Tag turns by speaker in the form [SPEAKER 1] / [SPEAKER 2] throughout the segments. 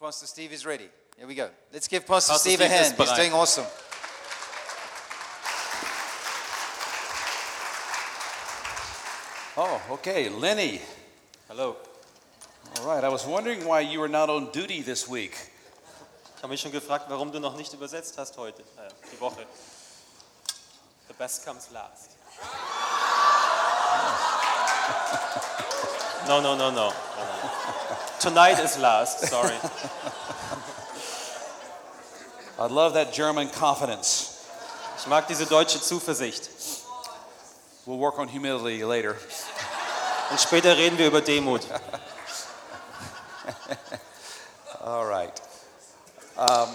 [SPEAKER 1] Pastor Steve is ready. Here we go. Let's give Pastor,
[SPEAKER 2] Pastor
[SPEAKER 1] Steve,
[SPEAKER 2] Steve
[SPEAKER 1] a
[SPEAKER 2] is
[SPEAKER 1] hand. He's
[SPEAKER 2] bereit.
[SPEAKER 1] doing awesome.
[SPEAKER 2] Oh, okay, Lenny.
[SPEAKER 3] Hallo.
[SPEAKER 2] All right, I was wondering why you were not on duty this week.
[SPEAKER 3] Ich habe mich schon gefragt, warum du noch nicht übersetzt hast heute, äh, die Woche. The best comes last. No, no, no, no. no, no. Tonight is last, sorry.
[SPEAKER 2] I love that German confidence.
[SPEAKER 3] Ich mag diese deutsche Zuversicht.
[SPEAKER 2] We'll work on humility later.
[SPEAKER 3] Und später reden wir über Demut.
[SPEAKER 2] All right. Um,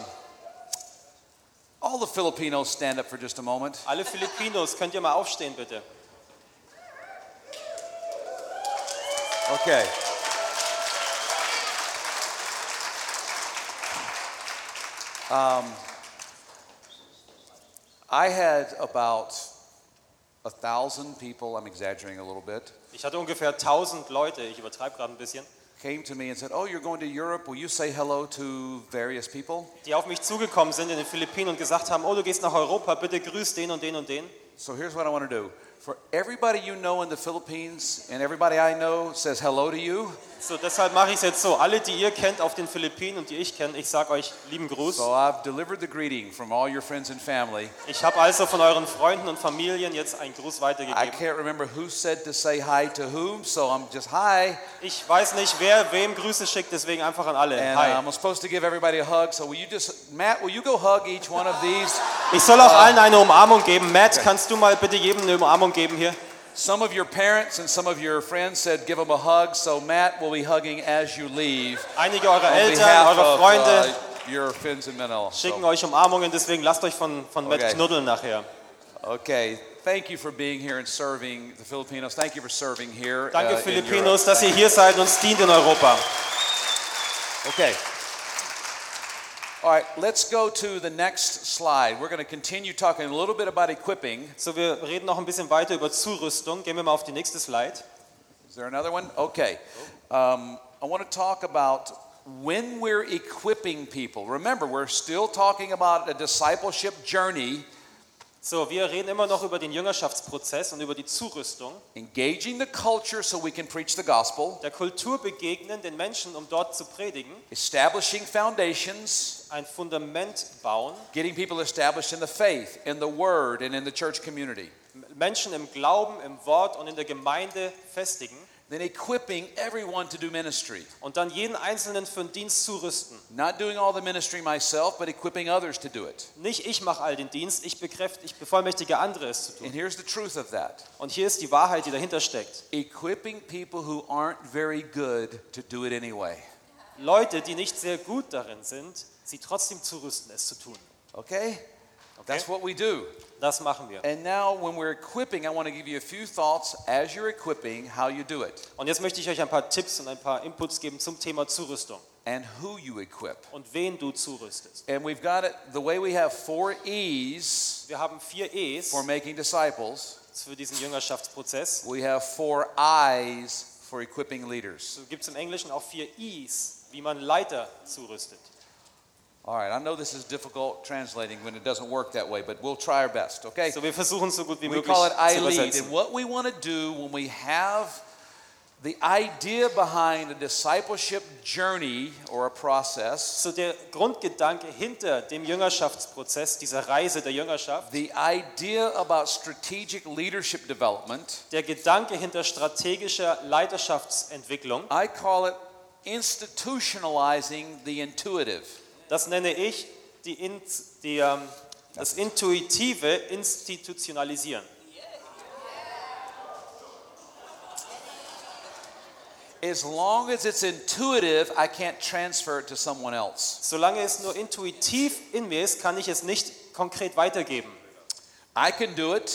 [SPEAKER 2] all the Filipinos stand up for just a moment.
[SPEAKER 3] Alle Filipinos, könnt ihr mal aufstehen, bitte?
[SPEAKER 2] Okay. Um, I had about a thousand people, I'm exaggerating a little bit,
[SPEAKER 3] Ich hatte ungefähr 1000 Leute, ich übertreibe gerade ein bisschen,
[SPEAKER 2] came to me and said, Oh, you're going to Europe. Will you say hello to various people?
[SPEAKER 3] die auf mich zugekommen sind in den Philippinen und gesagt haben, oh, du gehst nach Europa, bitte grüß den und den und den.
[SPEAKER 2] So here's what I want to do. For everybody you know in the Philippines and everybody I know says hello to you.
[SPEAKER 3] So, deshalb mache ich es jetzt so. Alle, die ihr kennt auf den Philippinen und die ich kenne, ich sage euch lieben Gruß.
[SPEAKER 2] So I've delivered the greeting from all your friends and family.
[SPEAKER 3] Ich habe also von euren Freunden und Familien jetzt einen Gruß
[SPEAKER 2] I
[SPEAKER 3] weitergegeben.
[SPEAKER 2] can't remember who said to say hi to whom, so I'm just hi.
[SPEAKER 3] Ich weiß nicht, wer wem Grüße schickt, deswegen einfach an alle.
[SPEAKER 2] And uh,
[SPEAKER 3] Hi.
[SPEAKER 2] I'm supposed to give everybody a hug. So will you just, Matt, will you go hug each one of these?
[SPEAKER 3] Ich soll
[SPEAKER 2] äh,
[SPEAKER 3] auch allen eine Umarmung geben. Matt, kannst du mal bitte jedem eine Umarmung geben hier?
[SPEAKER 2] Some of your parents and some of your friends said give them a hug. So Matt will be hugging as you leave.
[SPEAKER 3] Einige eurer
[SPEAKER 2] on
[SPEAKER 3] Eltern,
[SPEAKER 2] behalf
[SPEAKER 3] eure
[SPEAKER 2] of,
[SPEAKER 3] Freunde
[SPEAKER 2] uh, your friends in Manila.
[SPEAKER 3] schicken
[SPEAKER 2] So,
[SPEAKER 3] euch Umarmungen, deswegen lasst euch von, von Matt
[SPEAKER 2] Okay.
[SPEAKER 3] knuddeln nachher.
[SPEAKER 2] okay, thank you for being here and serving the Filipinos. Thank you for serving here.
[SPEAKER 3] Danke,
[SPEAKER 2] uh, in
[SPEAKER 3] Filipinos,
[SPEAKER 2] Europe.
[SPEAKER 3] dass ihr hier seid und uns dient in Europa.
[SPEAKER 2] Okay. All right, let's go to the next slide. We're going to continue talking a little bit about equipping.
[SPEAKER 3] So, wir reden noch ein bisschen weiter über Zurüstung. Gehen wir mal auf die nächste Slide.
[SPEAKER 2] Is there another one? Okay. Um, I want to talk about when we're equipping people. Remember, we're still talking about a discipleship journey,
[SPEAKER 3] So, wir reden immer noch über den Jüngerschaftsprozess und über die Zurüstung.
[SPEAKER 2] engaging the culture so we can preach the gospel,
[SPEAKER 3] Der Kultur begegnen, den Menschen, um dort zu predigen,
[SPEAKER 2] establishing foundations,
[SPEAKER 3] ein Fundament bauen,
[SPEAKER 2] getting people established in the faith, in the word, and in the church community.
[SPEAKER 3] Menschen im Glauben, im Wort und in der Gemeinde festigen
[SPEAKER 2] Then equipping everyone to do ministry.
[SPEAKER 3] und dann jeden Einzelnen für den Dienst zurüsten.
[SPEAKER 2] Not doing all the ministry myself, but equipping others to do it.
[SPEAKER 3] Nicht ich mache all den Dienst, ich bekräftige, ich bevollmächtige andere es zu tun.
[SPEAKER 2] And here's the truth of that
[SPEAKER 3] Und hier ist die Wahrheit, die dahinter steckt.
[SPEAKER 2] equipping people who aren't very good to do it anyway.
[SPEAKER 3] Leute, die nicht sehr gut darin sind, sie trotzdem zurüsten, es zu tun.
[SPEAKER 2] Okay? That's what we do.
[SPEAKER 3] Das machen wir.
[SPEAKER 2] And now, when we're equipping, I want to give you a few thoughts as you're equipping how you do it
[SPEAKER 3] Und jetzt möchte ich euch ein paar Tipps und ein paar Inputs geben zum Thema Zurüstung
[SPEAKER 2] and who you equip.
[SPEAKER 3] und wen du zurüstest.
[SPEAKER 2] And we've got it the way we have four E's
[SPEAKER 3] Wir haben vier E's
[SPEAKER 2] for making disciples,
[SPEAKER 3] für diesen Jüngerschaftsprozess.
[SPEAKER 2] we have four I's for equipping leaders.
[SPEAKER 3] So gibt es im Englischen auch vier I's, wie man Leiter zurüstet.
[SPEAKER 2] All right, I know this is difficult translating when it doesn't work that way, but we'll try our best, okay?
[SPEAKER 3] So wir versuchen so gut wie
[SPEAKER 2] We
[SPEAKER 3] möglich
[SPEAKER 2] call it
[SPEAKER 3] zu
[SPEAKER 2] I lead. And
[SPEAKER 3] übersetzen.
[SPEAKER 2] what we want to do when we have the idea behind a discipleship journey or a process,
[SPEAKER 3] So der Grundgedanke hinter dem Jüngerschaftsprozess, dieser Reise der Jüngerschaft,
[SPEAKER 2] the idea about strategic leadership development,
[SPEAKER 3] der Gedanke hinter strategischer Leiterschaftsentwicklung,
[SPEAKER 2] I call it institutionalizing the intuitive.
[SPEAKER 3] das nenne ich die, In- die, ähm, das intuitive Institutionalisieren.
[SPEAKER 2] As long as it's intuitive, I can't transfer it to someone else.
[SPEAKER 3] Solange es nur intuitiv in mir ist, kann ich es nicht konkret weitergeben.
[SPEAKER 2] I can do it,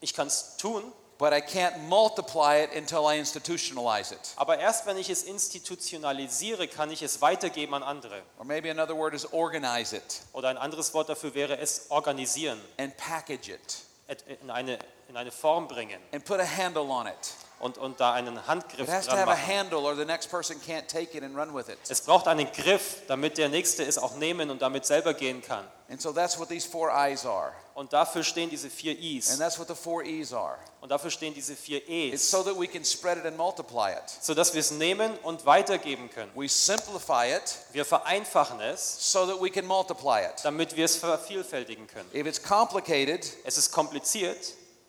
[SPEAKER 3] Ich kann es tun,
[SPEAKER 2] but I can't multiply it until I institutionalize it.
[SPEAKER 3] aber erst wenn ich es institutionalisiere, kann ich es weitergeben an andere.
[SPEAKER 2] Or maybe another word is organize it
[SPEAKER 3] Oder ein anderes Wort dafür wäre es organisieren,
[SPEAKER 2] and package it.
[SPEAKER 3] et- in eine, in eine Form bringen
[SPEAKER 2] and put a handle on it.
[SPEAKER 3] und, und da einen Handgriff
[SPEAKER 2] It has to
[SPEAKER 3] dran
[SPEAKER 2] have a
[SPEAKER 3] machen.
[SPEAKER 2] handle, or the next person can't take it and run with it.
[SPEAKER 3] Es braucht einen Griff, damit der Nächste es auch nehmen und damit selber gehen kann.
[SPEAKER 2] And so that's what these four I's are,
[SPEAKER 3] Und dafür stehen diese vier
[SPEAKER 2] and
[SPEAKER 3] I's.
[SPEAKER 2] that's what the four E's are.
[SPEAKER 3] Und dafür stehen diese vier
[SPEAKER 2] It's
[SPEAKER 3] E's,
[SPEAKER 2] so that we can spread it and multiply it.
[SPEAKER 3] sodass wir es nehmen und weitergeben können.
[SPEAKER 2] We simplify it
[SPEAKER 3] Wir vereinfachen es,
[SPEAKER 2] so that we can multiply it.
[SPEAKER 3] damit wir es vervielfältigen können.
[SPEAKER 2] If it's complicated
[SPEAKER 3] Es ist kompliziert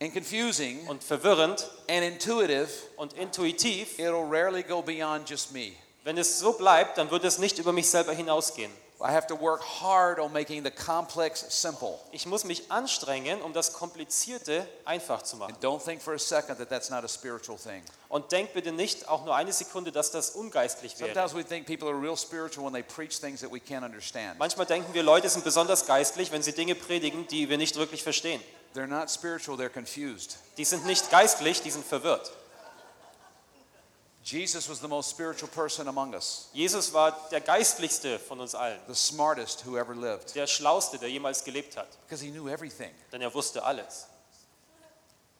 [SPEAKER 2] and confusing
[SPEAKER 3] und verwirrend
[SPEAKER 2] and intuitive,
[SPEAKER 3] und intuitiv.
[SPEAKER 2] it'll rarely go beyond just me.
[SPEAKER 3] Wenn es so bleibt, dann wird es nicht über mich selber hinausgehen.
[SPEAKER 2] I have to work hard on making the complex simple.
[SPEAKER 3] Ich muss mich anstrengen, um das Komplizierte einfach zu machen.
[SPEAKER 2] And don't think for a second that that's not a spiritual thing.
[SPEAKER 3] Und denkt bitte nicht auch nur eine Sekunde, dass das ungeistlich wäre.
[SPEAKER 2] Sometimes we think people are real spiritual when they preach things that we can't understand.
[SPEAKER 3] Manchmal denken wir, Leute sind besonders geistlich, wenn sie Dinge predigen, die wir nicht wirklich verstehen.
[SPEAKER 2] They're not spiritual, they're confused.
[SPEAKER 3] Die sind nicht geistlich, die sind verwirrt.
[SPEAKER 2] Jesus was the most spiritual person among us,
[SPEAKER 3] Jesus war der geistlichste von uns allen,
[SPEAKER 2] the smartest who ever lived,
[SPEAKER 3] der schlauste, der jemals gelebt hat,
[SPEAKER 2] because he knew everything.
[SPEAKER 3] denn er wusste alles.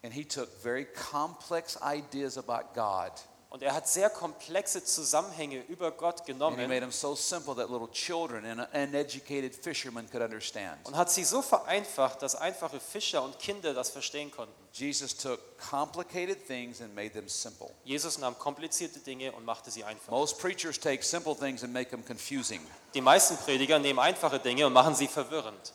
[SPEAKER 2] And he took very complex ideas about God
[SPEAKER 3] Und er hat sehr komplexe Zusammenhänge über Gott
[SPEAKER 2] and he
[SPEAKER 3] genommen
[SPEAKER 2] made them so simple that little children and uneducated fishermen could understand.
[SPEAKER 3] und hat sie so vereinfacht, dass einfache Fischer und Kinder das verstehen konnten.
[SPEAKER 2] Jesus took complicated things and made them simple.
[SPEAKER 3] Jesus nahm komplizierte Dinge und machte sie einfach.
[SPEAKER 2] Most preachers take simple things and make them confusing.
[SPEAKER 3] Die meisten Prediger nehmen einfache Dinge und machen sie verwirrend.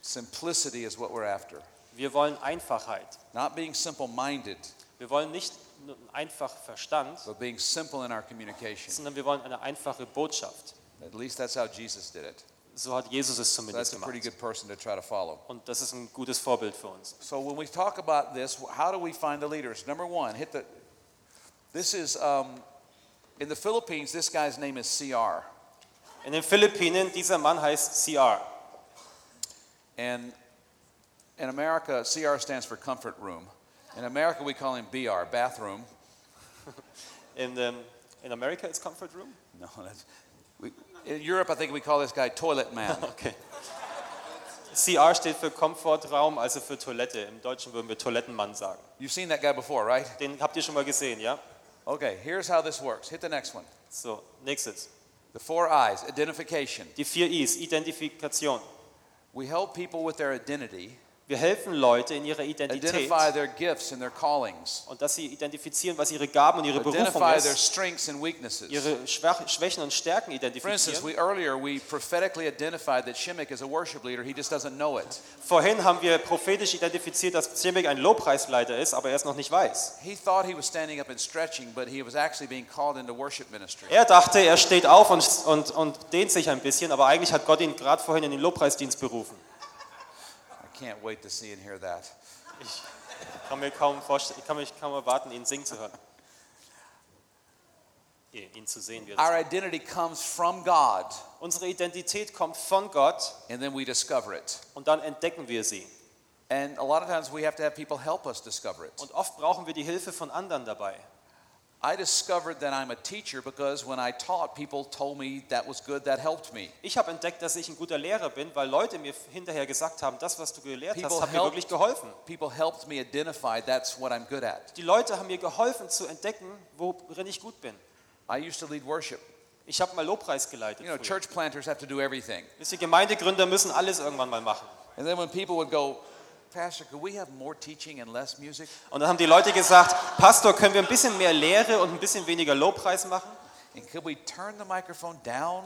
[SPEAKER 2] Simplicity is what we're after.
[SPEAKER 3] Wir wollen Einfachheit.
[SPEAKER 2] Not being simple minded,
[SPEAKER 3] Wir wollen nicht nur einen einfachen Verstand,
[SPEAKER 2] but being simple in our communication.
[SPEAKER 3] sondern wir wollen eine einfache Botschaft.
[SPEAKER 2] At least that's how Jesus did it.
[SPEAKER 3] So hat Jesus es
[SPEAKER 2] So
[SPEAKER 3] zumindest
[SPEAKER 2] that's a pretty
[SPEAKER 3] gemacht.
[SPEAKER 2] good person to try to follow.
[SPEAKER 3] Und das ist ein gutes Vorbild für uns.
[SPEAKER 2] So when we talk about this, how do we find the leaders? Number one, hit the. This is um, in the Philippines. This guy's name is CR,
[SPEAKER 3] In den Philippinen, dieser Mann heißt CR.
[SPEAKER 2] and in America, CR stands for comfort room. In America, we call him BR, bathroom.
[SPEAKER 3] In, ähm, in America it's Comfort Room?
[SPEAKER 2] No, that's. We, in Europe, I think we call this guy toilet man.
[SPEAKER 3] Okay. CR steht für Komfortraum, also für Toilette. Im Deutschen würden wir Toilettenmann sagen.
[SPEAKER 2] You've seen that guy before, right?
[SPEAKER 3] Den habt ihr schon mal gesehen, ja?
[SPEAKER 2] Okay, here's how this works. Hit the next one.
[SPEAKER 3] So, nächstes.
[SPEAKER 2] The four I's identification.
[SPEAKER 3] Die vier I's, Identifikation.
[SPEAKER 2] We help people with their identity,
[SPEAKER 3] Wir helfen Leute in ihrer Identität
[SPEAKER 2] identify their gifts and their callings,
[SPEAKER 3] und dass sie identifizieren, was ihre Gaben und ihre Berufung
[SPEAKER 2] identify their
[SPEAKER 3] ist,
[SPEAKER 2] strengths and weaknesses.
[SPEAKER 3] ihre Schwach Schwächen und Stärken
[SPEAKER 2] For instance,
[SPEAKER 3] identifizieren.
[SPEAKER 2] we earlier we prophetically identified that Shimmick is a worship leader. He just doesn't know it.
[SPEAKER 3] Vorhin haben wir prophetisch identifiziert, dass Zimek ein Lobpreisleiter ist, aber er es noch nicht weiß.
[SPEAKER 2] He thought he was standing up and stretching, but he was actually being called into worship ministry.
[SPEAKER 3] Er dachte, er steht auf und, und, und dehnt sich ein bisschen, aber eigentlich hat Gott ihn gerade vorhin in den Lobpreisdienst berufen.
[SPEAKER 2] I can't wait to see and hear that.
[SPEAKER 3] Kann mir kaum vorstellen, ich kann mich kaum erwarten, ihn singen zu hören. Eh, Ihn zu sehen. Wie er das
[SPEAKER 2] Our
[SPEAKER 3] macht.
[SPEAKER 2] identity comes from God,
[SPEAKER 3] Unsere Identität kommt von Gott
[SPEAKER 2] and then we discover it.
[SPEAKER 3] und dann entdecken wir sie.
[SPEAKER 2] And a lot of times we have to have people help us discover it.
[SPEAKER 3] Und oft brauchen wir die Hilfe von anderen dabei.
[SPEAKER 2] I discovered that I'm a teacher because when I taught, people told me that was good, that helped me.
[SPEAKER 3] Ich habe entdeckt, dass ich ein guter Lehrer bin, weil Leute mir hinterher gesagt haben, das, was du gelehrt hast,
[SPEAKER 2] People
[SPEAKER 3] hat mir
[SPEAKER 2] help-
[SPEAKER 3] wirklich geholfen.
[SPEAKER 2] People helped me identify that's what I'm good at.
[SPEAKER 3] Die Leute haben mir geholfen zu entdecken, worin ich gut bin.
[SPEAKER 2] I used to lead worship.
[SPEAKER 3] Ich habe mal Lobpreis geleitet.
[SPEAKER 2] You know,
[SPEAKER 3] früher.
[SPEAKER 2] church planters have to do everything.
[SPEAKER 3] Wisst ihr, Gemeindegründer müssen alles irgendwann mal machen.
[SPEAKER 2] And then when people would go, Pastor, could we have more teaching and less music?
[SPEAKER 3] Und dann haben die Leute gesagt, Pastor, können wir ein bisschen mehr Lehre und ein bisschen weniger Lobpreis machen?
[SPEAKER 2] And could we turn the microphone down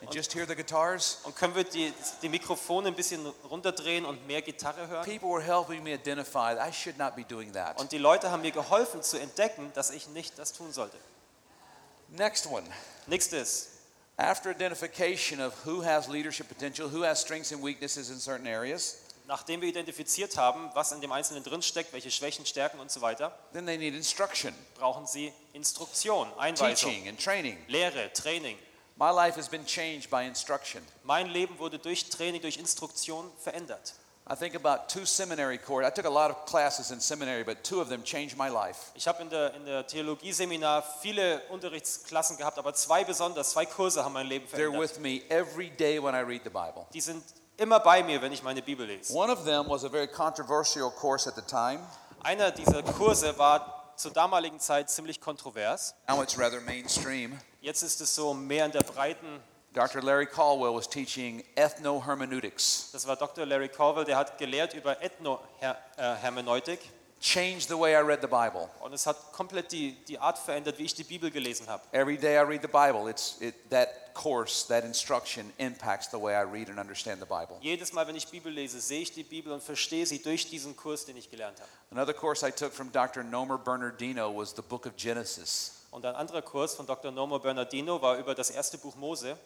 [SPEAKER 2] and just hear the guitars?
[SPEAKER 3] Und können wir die, die Mikrofone ein bisschen runterdrehen und mehr Gitarre hören?
[SPEAKER 2] People were helping me identify that I should not be doing that.
[SPEAKER 3] Und die Leute haben mir geholfen zu entdecken, dass ich nicht das tun sollte.
[SPEAKER 2] Next one.
[SPEAKER 3] Nächstes,
[SPEAKER 2] After identification of who has leadership potential, who has strengths and weaknesses in certain areas,
[SPEAKER 3] nachdem wir identifiziert haben, was in dem Einzelnen drinsteckt, welche Schwächen, Stärken und so weiter,
[SPEAKER 2] then they need instruction,
[SPEAKER 3] brauchen sie Instruktion, Einweisung,
[SPEAKER 2] teaching, and training.
[SPEAKER 3] Lehre, Training.
[SPEAKER 2] My life has been changed by instruction.
[SPEAKER 3] Mein Leben wurde durch Training, durch Instruktion verändert.
[SPEAKER 2] I think about two seminary courses. I took a lot of classes in seminary, but two of them changed my life.
[SPEAKER 3] Ich habe in der, in der Theologieseminar viele Unterrichtsklassen gehabt, aber zwei besonders, zwei Kurse haben mein Leben
[SPEAKER 2] They're
[SPEAKER 3] verändert.
[SPEAKER 2] with me every day when I read the Bible.
[SPEAKER 3] Die sind immer bei mir, wenn ich meine Bibel lese.
[SPEAKER 2] One of them was a very controversial course at the time.
[SPEAKER 3] Einer dieser Kurse war zur damaligen Zeit ziemlich kontrovers.
[SPEAKER 2] Now it's rather mainstream.
[SPEAKER 3] Jetzt ist es so mehr in der breiten.
[SPEAKER 2] Dr. Larry Caldwell was teaching ethnohermeneutics,
[SPEAKER 3] Das war Dr. Larry Corwell, der hat gelehrt über äh, Ethnohermeneutik
[SPEAKER 2] changed the way I read the Bible.
[SPEAKER 3] und es hat komplett die, die Art verändert, wie ich die Bibel gelesen habe.
[SPEAKER 2] Every day I read the Bible, it's, it, that course, that instruction impacts the way I read and understand the Bible.
[SPEAKER 3] Jedes Mal, wenn ich Bibel lese, sehe ich die Bibel und verstehe sie durch diesen Kurs, den ich gelernt habe.
[SPEAKER 2] Another course I took from Dr. Nomer Bernardino was the book of Genesis.
[SPEAKER 3] Und ein anderer Kurs von Dr. Nomo Bernardino war über das erste Buch Mose.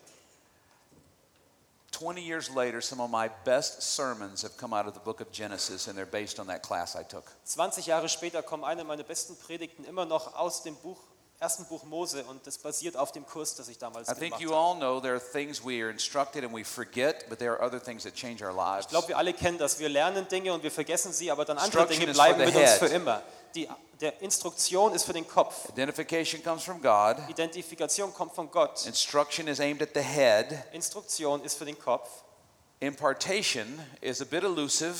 [SPEAKER 2] 20 years later, some of my best sermons have come out of the book of Genesis, and they're based on that class I took.
[SPEAKER 3] 20 Jahre später kommen eine meiner besten Predigten immer noch aus dem Buch, ersten Buch Mose und das basiert auf dem Kurs, das ich damals
[SPEAKER 2] I
[SPEAKER 3] gemacht
[SPEAKER 2] think you
[SPEAKER 3] habe.
[SPEAKER 2] all know there are things we are instructed and we forget, but there are other things that change our lives.
[SPEAKER 3] Ich glaube, wir alle kennen das. Wir lernen Dinge und wir vergessen sie, aber dann andere
[SPEAKER 2] Instruction
[SPEAKER 3] Dinge
[SPEAKER 2] is for
[SPEAKER 3] bleiben
[SPEAKER 2] the
[SPEAKER 3] mit uns
[SPEAKER 2] head.
[SPEAKER 3] für immer. Die der Instruktion ist für den Kopf.
[SPEAKER 2] Identification comes from God,
[SPEAKER 3] Identifikation kommt von Gott.
[SPEAKER 2] instruction is aimed at the head,
[SPEAKER 3] Instruktion ist für den Kopf.
[SPEAKER 2] impartation is a bit elusive,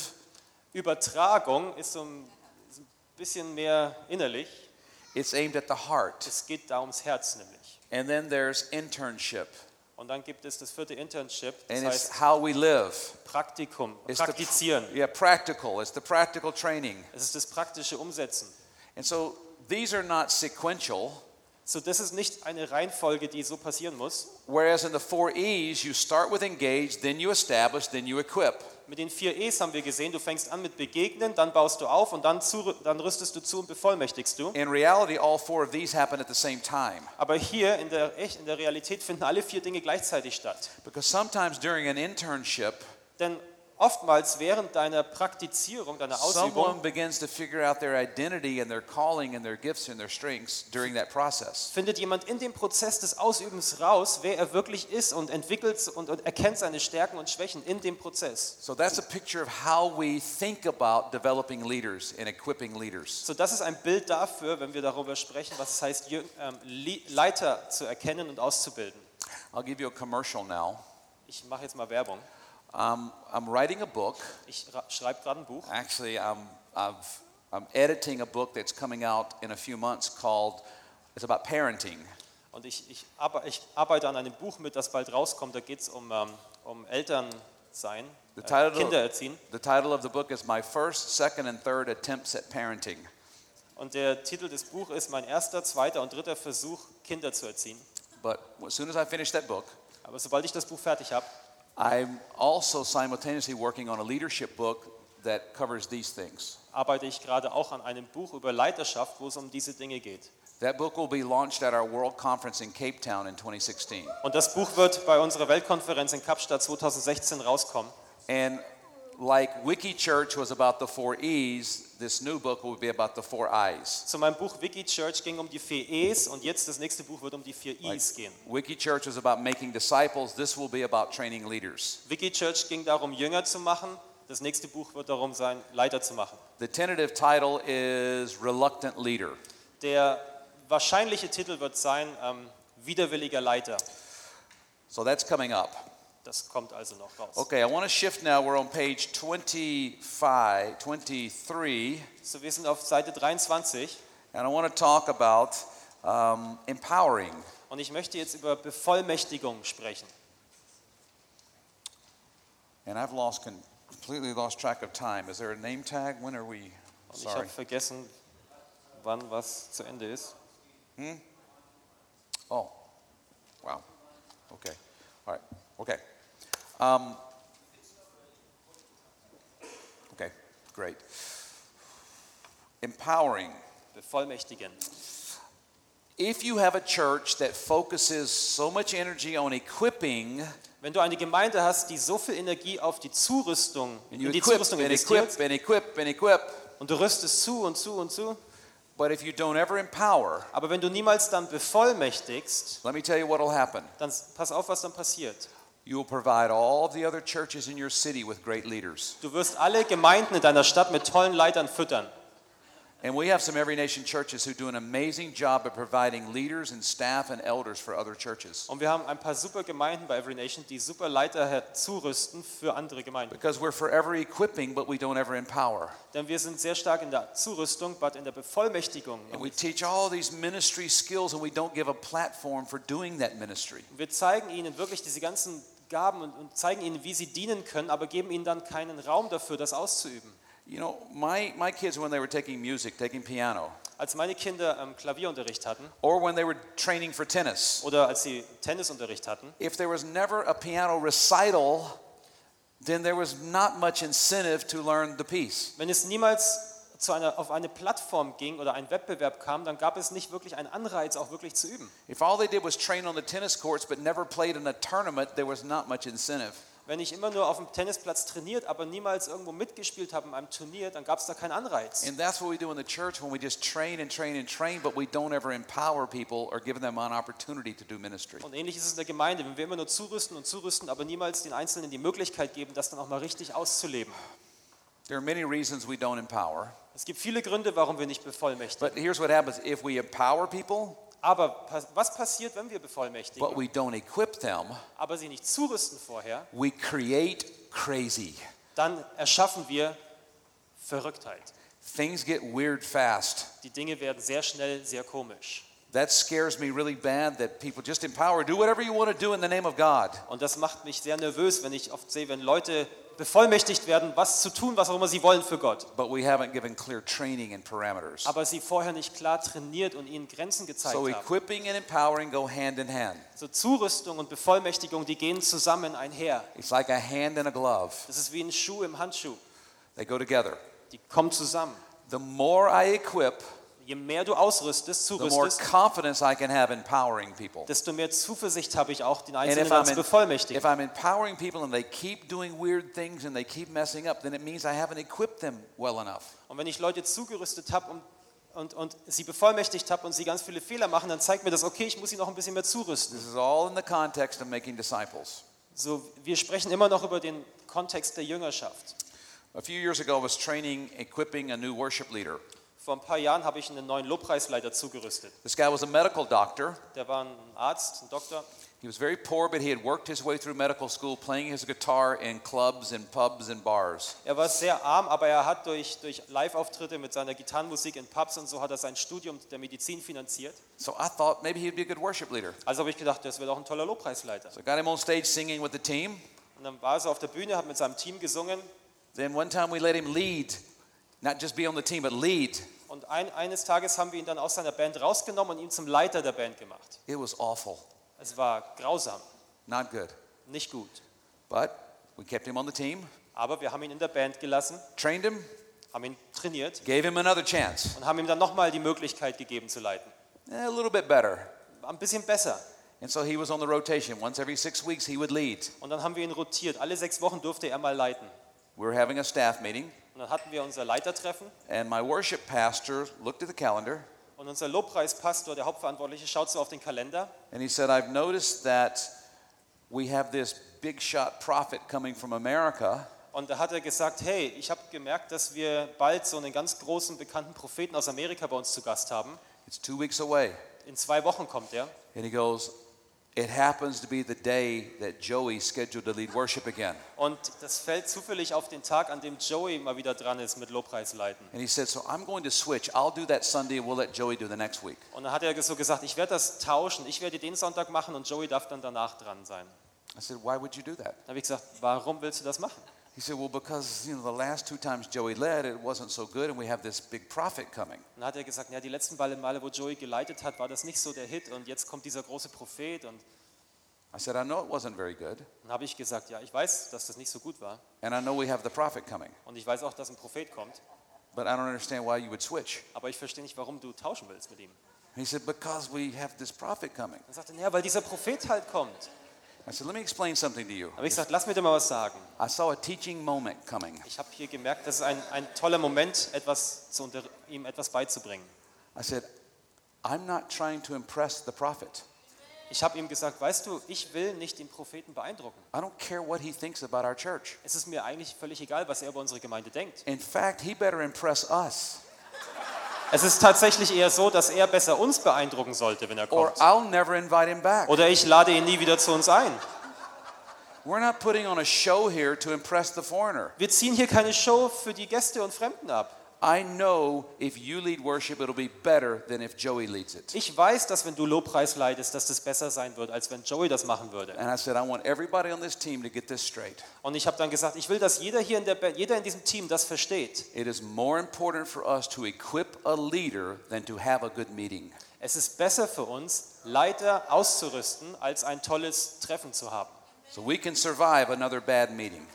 [SPEAKER 3] Übertragung ist so ein ist ein bisschen mehr innerlich.
[SPEAKER 2] it's aimed at the heart.
[SPEAKER 3] Es geht da ums Herz nämlich.
[SPEAKER 2] And then there's internship,
[SPEAKER 3] Und dann gibt es das vierte Internship, das
[SPEAKER 2] and it's
[SPEAKER 3] heißt
[SPEAKER 2] how we live.
[SPEAKER 3] Praktikum,
[SPEAKER 2] It's the-
[SPEAKER 3] praktizieren.
[SPEAKER 2] yeah, practical. It's the practical training.
[SPEAKER 3] Es ist das praktische Umsetzen.
[SPEAKER 2] And so these are not sequential.
[SPEAKER 3] So, das ist nicht eine Reihenfolge, die so passieren muss.
[SPEAKER 2] Whereas in the four E's, you start with engage, then you establish, then you equip.
[SPEAKER 3] Mit den vier E's haben wir gesehen, du fängst an mit begegnen, dann baust du auf und dann, zu, dann rüstest du zu und bevollmächtigst du.
[SPEAKER 2] In reality, all four of these happen at the same time.
[SPEAKER 3] Aber hier in der, echt, in der Realität finden alle vier Dinge gleichzeitig statt.
[SPEAKER 2] Because sometimes during an internship,
[SPEAKER 3] Denn oftmals während deiner Praktizierung, deiner
[SPEAKER 2] someone
[SPEAKER 3] Ausübung,
[SPEAKER 2] begins to figure out their identity and their calling and their gifts and their strengths during that process.
[SPEAKER 3] findet jemand in dem Prozess des Ausübens raus, wer er wirklich ist und entwickelt und, und erkennt seine Stärken und Schwächen in dem Prozess.
[SPEAKER 2] So that's a picture of how we think about developing leaders and equipping leaders.
[SPEAKER 3] So, das ist ein Bild dafür, wenn wir darüber sprechen, was es heißt, Jüng- ähm, Li- Leiter zu erkennen und auszubilden.
[SPEAKER 2] I'll give you a commercial now.
[SPEAKER 3] Ich mache jetzt mal Werbung.
[SPEAKER 2] Um, I'm writing a book.
[SPEAKER 3] Ich ra- schreibe gerade ein Buch.
[SPEAKER 2] Actually, I'm, I've, I'm editing a book that's coming out in a few months called, it's about parenting.
[SPEAKER 3] Und ich, ich, arbe ich arbeite an einem Buch mit, das bald rauskommt. Da geht es um, ähm, um Elternsein,
[SPEAKER 2] The
[SPEAKER 3] äh,
[SPEAKER 2] title-
[SPEAKER 3] Kinder erziehen.
[SPEAKER 2] The title of the book is My First, Second, and Third Attempts at Parenting.
[SPEAKER 3] Und der Titel des Buches ist Mein erster, zweiter und dritter Versuch, Kinder zu erziehen.
[SPEAKER 2] But as soon as I finish that book,
[SPEAKER 3] Aber sobald ich das Buch fertig habe,
[SPEAKER 2] I'm also simultaneously working on a leadership book that covers these things.
[SPEAKER 3] arbeite ich gerade auch an einem Buch über Leiterschaft, wo es um diese Dinge geht.
[SPEAKER 2] That book will be launched at our World Conference in Cape Town in 2016.
[SPEAKER 3] Und das Buch wird bei unserer Weltkonferenz in Kapstadt 2016 rauskommen.
[SPEAKER 2] And like Wiki Church was about the four E's, this new book will be about the four I's.
[SPEAKER 3] Zu meinem Buch Wiki Church ging um die vier E's und jetzt das nächste Buch wird um die vier I's gehen.
[SPEAKER 2] Wiki Church was about making disciples. This will be about training leaders.
[SPEAKER 3] Wiki Church ging darum, Jünger zu machen. Das nächste Buch wird darum sein, Leiter zu machen.
[SPEAKER 2] The tentative title is Reluctant Leader.
[SPEAKER 3] Der wahrscheinliche Titel wird sein ähm, Widerwilliger Leiter.
[SPEAKER 2] So that's coming up.
[SPEAKER 3] Das kommt also noch raus.
[SPEAKER 2] Okay, I want to shift now. We're on page 25, 23,
[SPEAKER 3] So, wir sind auf Seite 23
[SPEAKER 2] and I want to talk about um, empowering.
[SPEAKER 3] und ich möchte jetzt über Bevollmächtigung sprechen.
[SPEAKER 2] And I've lost con- completely lost track of time. Is there a name tag? When are we?
[SPEAKER 3] Und ich
[SPEAKER 2] Sorry.
[SPEAKER 3] habe vergessen, wann was zu Ende ist.
[SPEAKER 2] Oh, wow. Okay. All right. Okay. Um, okay. Great. Empowering.
[SPEAKER 3] Bevollmächtigen.
[SPEAKER 2] If you have a church that focuses so much energy on equipping
[SPEAKER 3] Wenn du eine Gemeinde hast, die so viel Energie auf die Zurüstung,
[SPEAKER 2] And you
[SPEAKER 3] in die
[SPEAKER 2] equip
[SPEAKER 3] Zurüstung
[SPEAKER 2] and equip
[SPEAKER 3] investiert
[SPEAKER 2] and equip and equip.
[SPEAKER 3] und du rüstest zu und zu und zu,
[SPEAKER 2] But if you don't ever empower,
[SPEAKER 3] aber wenn du niemals dann bevollmächtigst,
[SPEAKER 2] let me tell you what will happen.
[SPEAKER 3] dann s- pass auf, was dann passiert.
[SPEAKER 2] You will provide all of the other churches in your city with great leaders.
[SPEAKER 3] Du wirst alle Gemeinden in deiner Stadt mit tollen Leitern füttern.
[SPEAKER 2] And we have some Every Nation churches who do an amazing job at providing leaders and staff and elders for other churches.
[SPEAKER 3] Und wir haben ein paar super Gemeinden bei Every Nation, die super Leiter herzurüsten für andere Gemeinden.
[SPEAKER 2] Because we're forever equipping, but we don't ever empower.
[SPEAKER 3] Denn wir sind sehr stark in der Zurüstung, but in der Bevollmächtigung.
[SPEAKER 2] And we teach all these ministry skills, and we don't give a platform for doing that ministry.
[SPEAKER 3] Wir zeigen ihnen wirklich diese ganzen Gaben und, und zeigen ihnen, wie sie dienen können, aber geben ihnen dann keinen Raum dafür, das auszuüben.
[SPEAKER 2] You know, my, my kids, when they were taking music, taking piano,
[SPEAKER 3] Als meine Kinder ähm, Klavierunterricht hatten
[SPEAKER 2] or when they were training for tennis,
[SPEAKER 3] oder als sie Tennisunterricht hatten,
[SPEAKER 2] if there was never a piano recital, then there was not much incentive to learn the piece.
[SPEAKER 3] wenn es niemals zu einer, auf eine Plattform ging oder ein Wettbewerb kam, dann gab es nicht wirklich einen Anreiz, auch wirklich zu üben.
[SPEAKER 2] If all they did was train on the tennis courts but never played in a tournament, there was not much incentive.
[SPEAKER 3] Wenn ich immer nur auf dem Tennisplatz trainiert, aber niemals irgendwo mitgespielt habe in einem Turnier, dann gab es da keinen Anreiz.
[SPEAKER 2] And that's what we do in the church when we just train and train and train, but we don't ever empower people or give them an opportunity to do ministry.
[SPEAKER 3] Und ähnlich ist es in der Gemeinde, wenn wir immer nur zurüsten und zurüsten, aber niemals den Einzelnen die Möglichkeit geben, das dann auch mal richtig auszuleben.
[SPEAKER 2] There are many reasons we don't empower,
[SPEAKER 3] Es gibt viele Gründe, warum wir nicht bevollmächtigen.
[SPEAKER 2] but here's what happens if we empower people,
[SPEAKER 3] Aber pas- was passiert, wenn wir
[SPEAKER 2] but
[SPEAKER 3] bevollmächtigen,
[SPEAKER 2] we don't equip them,
[SPEAKER 3] aber sie nicht zurüsten vorher?
[SPEAKER 2] we create crazy.
[SPEAKER 3] Dann erschaffen wir Verrücktheit.
[SPEAKER 2] Things get weird fast.
[SPEAKER 3] Die Dinge werden sehr schnell sehr komisch.
[SPEAKER 2] That scares me really bad that people just empower, do whatever you want to do in the name of God.
[SPEAKER 3] Und das macht mich sehr nervös, wenn ich oft sehe, wenn Leute bevollmächtigt werden, was zu tun, was auch immer sie wollen für Gott.
[SPEAKER 2] But we haven't given clear training and parameters.
[SPEAKER 3] Aber sie vorher nicht klar trainiert und ihnen Grenzen gezeigt
[SPEAKER 2] So
[SPEAKER 3] haben.
[SPEAKER 2] equipping and empowering go hand in hand.
[SPEAKER 3] So Zurüstung und Bevollmächtigung, die gehen zusammen einher.
[SPEAKER 2] It's like a hand and a glove,
[SPEAKER 3] Das ist wie ein Schuh im Handschuh.
[SPEAKER 2] they go together.
[SPEAKER 3] Die kommen zusammen.
[SPEAKER 2] The more I equip,
[SPEAKER 3] Je mehr du ausrüstest,
[SPEAKER 2] the more
[SPEAKER 3] zurüstest,
[SPEAKER 2] confidence I can have empowering people.
[SPEAKER 3] desto mehr Zuversicht habe ich auch, den
[SPEAKER 2] And
[SPEAKER 3] Einzelnen
[SPEAKER 2] if I'm,
[SPEAKER 3] als
[SPEAKER 2] en-
[SPEAKER 3] bevollmächtigen.
[SPEAKER 2] if I'm empowering people and they keep doing weird things and they keep messing up, then it means I haven't equipped them well enough.
[SPEAKER 3] Und wenn ich Leute zugerüstet habe und, und, und sie bevollmächtigt habe und sie ganz viele Fehler machen, dann zeigt mir das, okay, ich muss sie noch ein bisschen mehr zurüsten.
[SPEAKER 2] This is all in the context of making disciples.
[SPEAKER 3] So, wir sprechen immer noch über den Kontext der Jüngerschaft.
[SPEAKER 2] A few years ago, I was training, equipping a new worship leader.
[SPEAKER 3] Vor ein paar Jahren habe ich einen neuen Lobpreisleiter zugerüstet.
[SPEAKER 2] This guy was a medical doctor.
[SPEAKER 3] Der war ein Arzt, ein Doktor.
[SPEAKER 2] He was very poor, but he had worked his way through medical school playing his guitar in clubs and pubs and bars.
[SPEAKER 3] Er war sehr arm, aber er hat durch, durch Live-Auftritte mit seiner Gitarrenmusik in Pubs und so hat er sein Studium der Medizin finanziert.
[SPEAKER 2] So I thought maybe he'd be a good worship leader.
[SPEAKER 3] Also habe ich gedacht, das wäre doch ein toller Lobpreisleiter.
[SPEAKER 2] So I got him on stage singing with the team.
[SPEAKER 3] Und dann war er so auf der Bühne, hat mit seinem Team gesungen
[SPEAKER 2] Then one time we let him lead, not just be on the team, but lead.
[SPEAKER 3] und ein, eines Tages haben wir ihn dann aus seiner Band rausgenommen und ihn zum Leiter der Band gemacht.
[SPEAKER 2] It was awful,
[SPEAKER 3] Es war grausam,
[SPEAKER 2] not good.
[SPEAKER 3] nicht gut.
[SPEAKER 2] But we kept him on the team,
[SPEAKER 3] Aber wir haben ihn in der Band gelassen,
[SPEAKER 2] trained him,
[SPEAKER 3] haben ihn trainiert
[SPEAKER 2] gave him another chance.
[SPEAKER 3] und haben ihm dann nochmal die Möglichkeit gegeben zu leiten.
[SPEAKER 2] Eh, a little bit better.
[SPEAKER 3] War ein bisschen besser.
[SPEAKER 2] And so he was on the rotation. Once every six weeks, he would lead.
[SPEAKER 3] Und dann haben wir ihn rotiert. Alle sechs Wochen durfte er mal leiten.
[SPEAKER 2] We were having a staff meeting,
[SPEAKER 3] Und dann hatten wir unser Leitertreffen
[SPEAKER 2] and my worship pastor looked at the calendar
[SPEAKER 3] und unser Lobpreispastor, der Hauptverantwortliche, schaut so auf den Kalender
[SPEAKER 2] and he said, I've noticed that we have this big shot prophet coming from America,
[SPEAKER 3] und da hat er gesagt, hey, ich habe gemerkt, dass wir bald so einen ganz großen, bekannten Propheten aus Amerika bei uns zu Gast haben.
[SPEAKER 2] it's two weeks away.
[SPEAKER 3] In zwei Wochen kommt er.
[SPEAKER 2] And he goes, It happens to be the day that Joey scheduled to lead worship again.
[SPEAKER 3] Und das fällt zufällig auf den Tag, an dem Joey mal wieder dran ist mit Lobpreisleiten.
[SPEAKER 2] And he said, So I'm going to switch. I'll do that Sunday and we'll let Joey do the next week.
[SPEAKER 3] Und dann hat er so gesagt, ich werde das tauschen. Ich werde den Sonntag machen und Joey darf dann danach dran sein.
[SPEAKER 2] I said, Why would you do that?
[SPEAKER 3] Dann habe ich gesagt, warum willst du das machen?
[SPEAKER 2] He said, Well, because you know, the last two times Joey led, it wasn't so good, and we have this big prophet coming.
[SPEAKER 3] Dann hat er gesagt, ja, die letzten Male, Male, wo Joey geleitet hat, war das nicht so der Hit und jetzt kommt dieser große Prophet. Und
[SPEAKER 2] I said, I know it wasn't very good,
[SPEAKER 3] dann habe ich gesagt, ja, ich weiß, dass das nicht so gut war
[SPEAKER 2] and I know we have the prophet coming,
[SPEAKER 3] und ich weiß auch, dass ein Prophet kommt,
[SPEAKER 2] but I don't understand why you would switch.
[SPEAKER 3] aber ich verstehe nicht, warum du tauschen willst mit ihm.
[SPEAKER 2] And he said, Because we have this prophet coming.
[SPEAKER 3] Dann sagte er, naja, weil dieser Prophet halt kommt.
[SPEAKER 2] I said, Let me explain something to you.
[SPEAKER 3] Dann habe ich gesagt, lass mir doch mal was sagen.
[SPEAKER 2] I saw a teaching moment coming.
[SPEAKER 3] Ich habe hier gemerkt, das ist ein, ein toller Moment, etwas zu unter, ihm etwas beizubringen.
[SPEAKER 2] I said, I'm not trying to impress the prophet.
[SPEAKER 3] Ich habe ihm gesagt, weißt du, ich will nicht den Propheten beeindrucken.
[SPEAKER 2] I don't care what he thinks about our church.
[SPEAKER 3] Es ist mir eigentlich völlig egal, was er über unsere Gemeinde denkt.
[SPEAKER 2] In fact, he better impress us.
[SPEAKER 3] Es ist tatsächlich eher so, dass er besser uns beeindrucken sollte, wenn er
[SPEAKER 2] or
[SPEAKER 3] kommt.
[SPEAKER 2] I'll never invite him back.
[SPEAKER 3] Oder ich lade ihn nie wieder zu uns ein.
[SPEAKER 2] We're not putting on a show here to impress the foreigner.
[SPEAKER 3] Wir ziehen hier keine Show für die Gäste und Fremden ab.
[SPEAKER 2] I know if you lead worship, it'll be better than if Joey leads it.
[SPEAKER 3] Ich weiß, dass wenn du Lobpreis leitest, dass das besser sein wird, als wenn Joey das machen würde.
[SPEAKER 2] And I said, I want everybody on this team to get this straight.
[SPEAKER 3] Und ich habe dann gesagt, ich will, dass jeder hier in der Ba- jeder in diesem Team das versteht.
[SPEAKER 2] It is more important for us to equip a leader than to have a good meeting.
[SPEAKER 3] Es ist besser für uns, Leiter auszurüsten, als ein tolles Treffen zu haben,
[SPEAKER 2] So we can survive another bad meeting.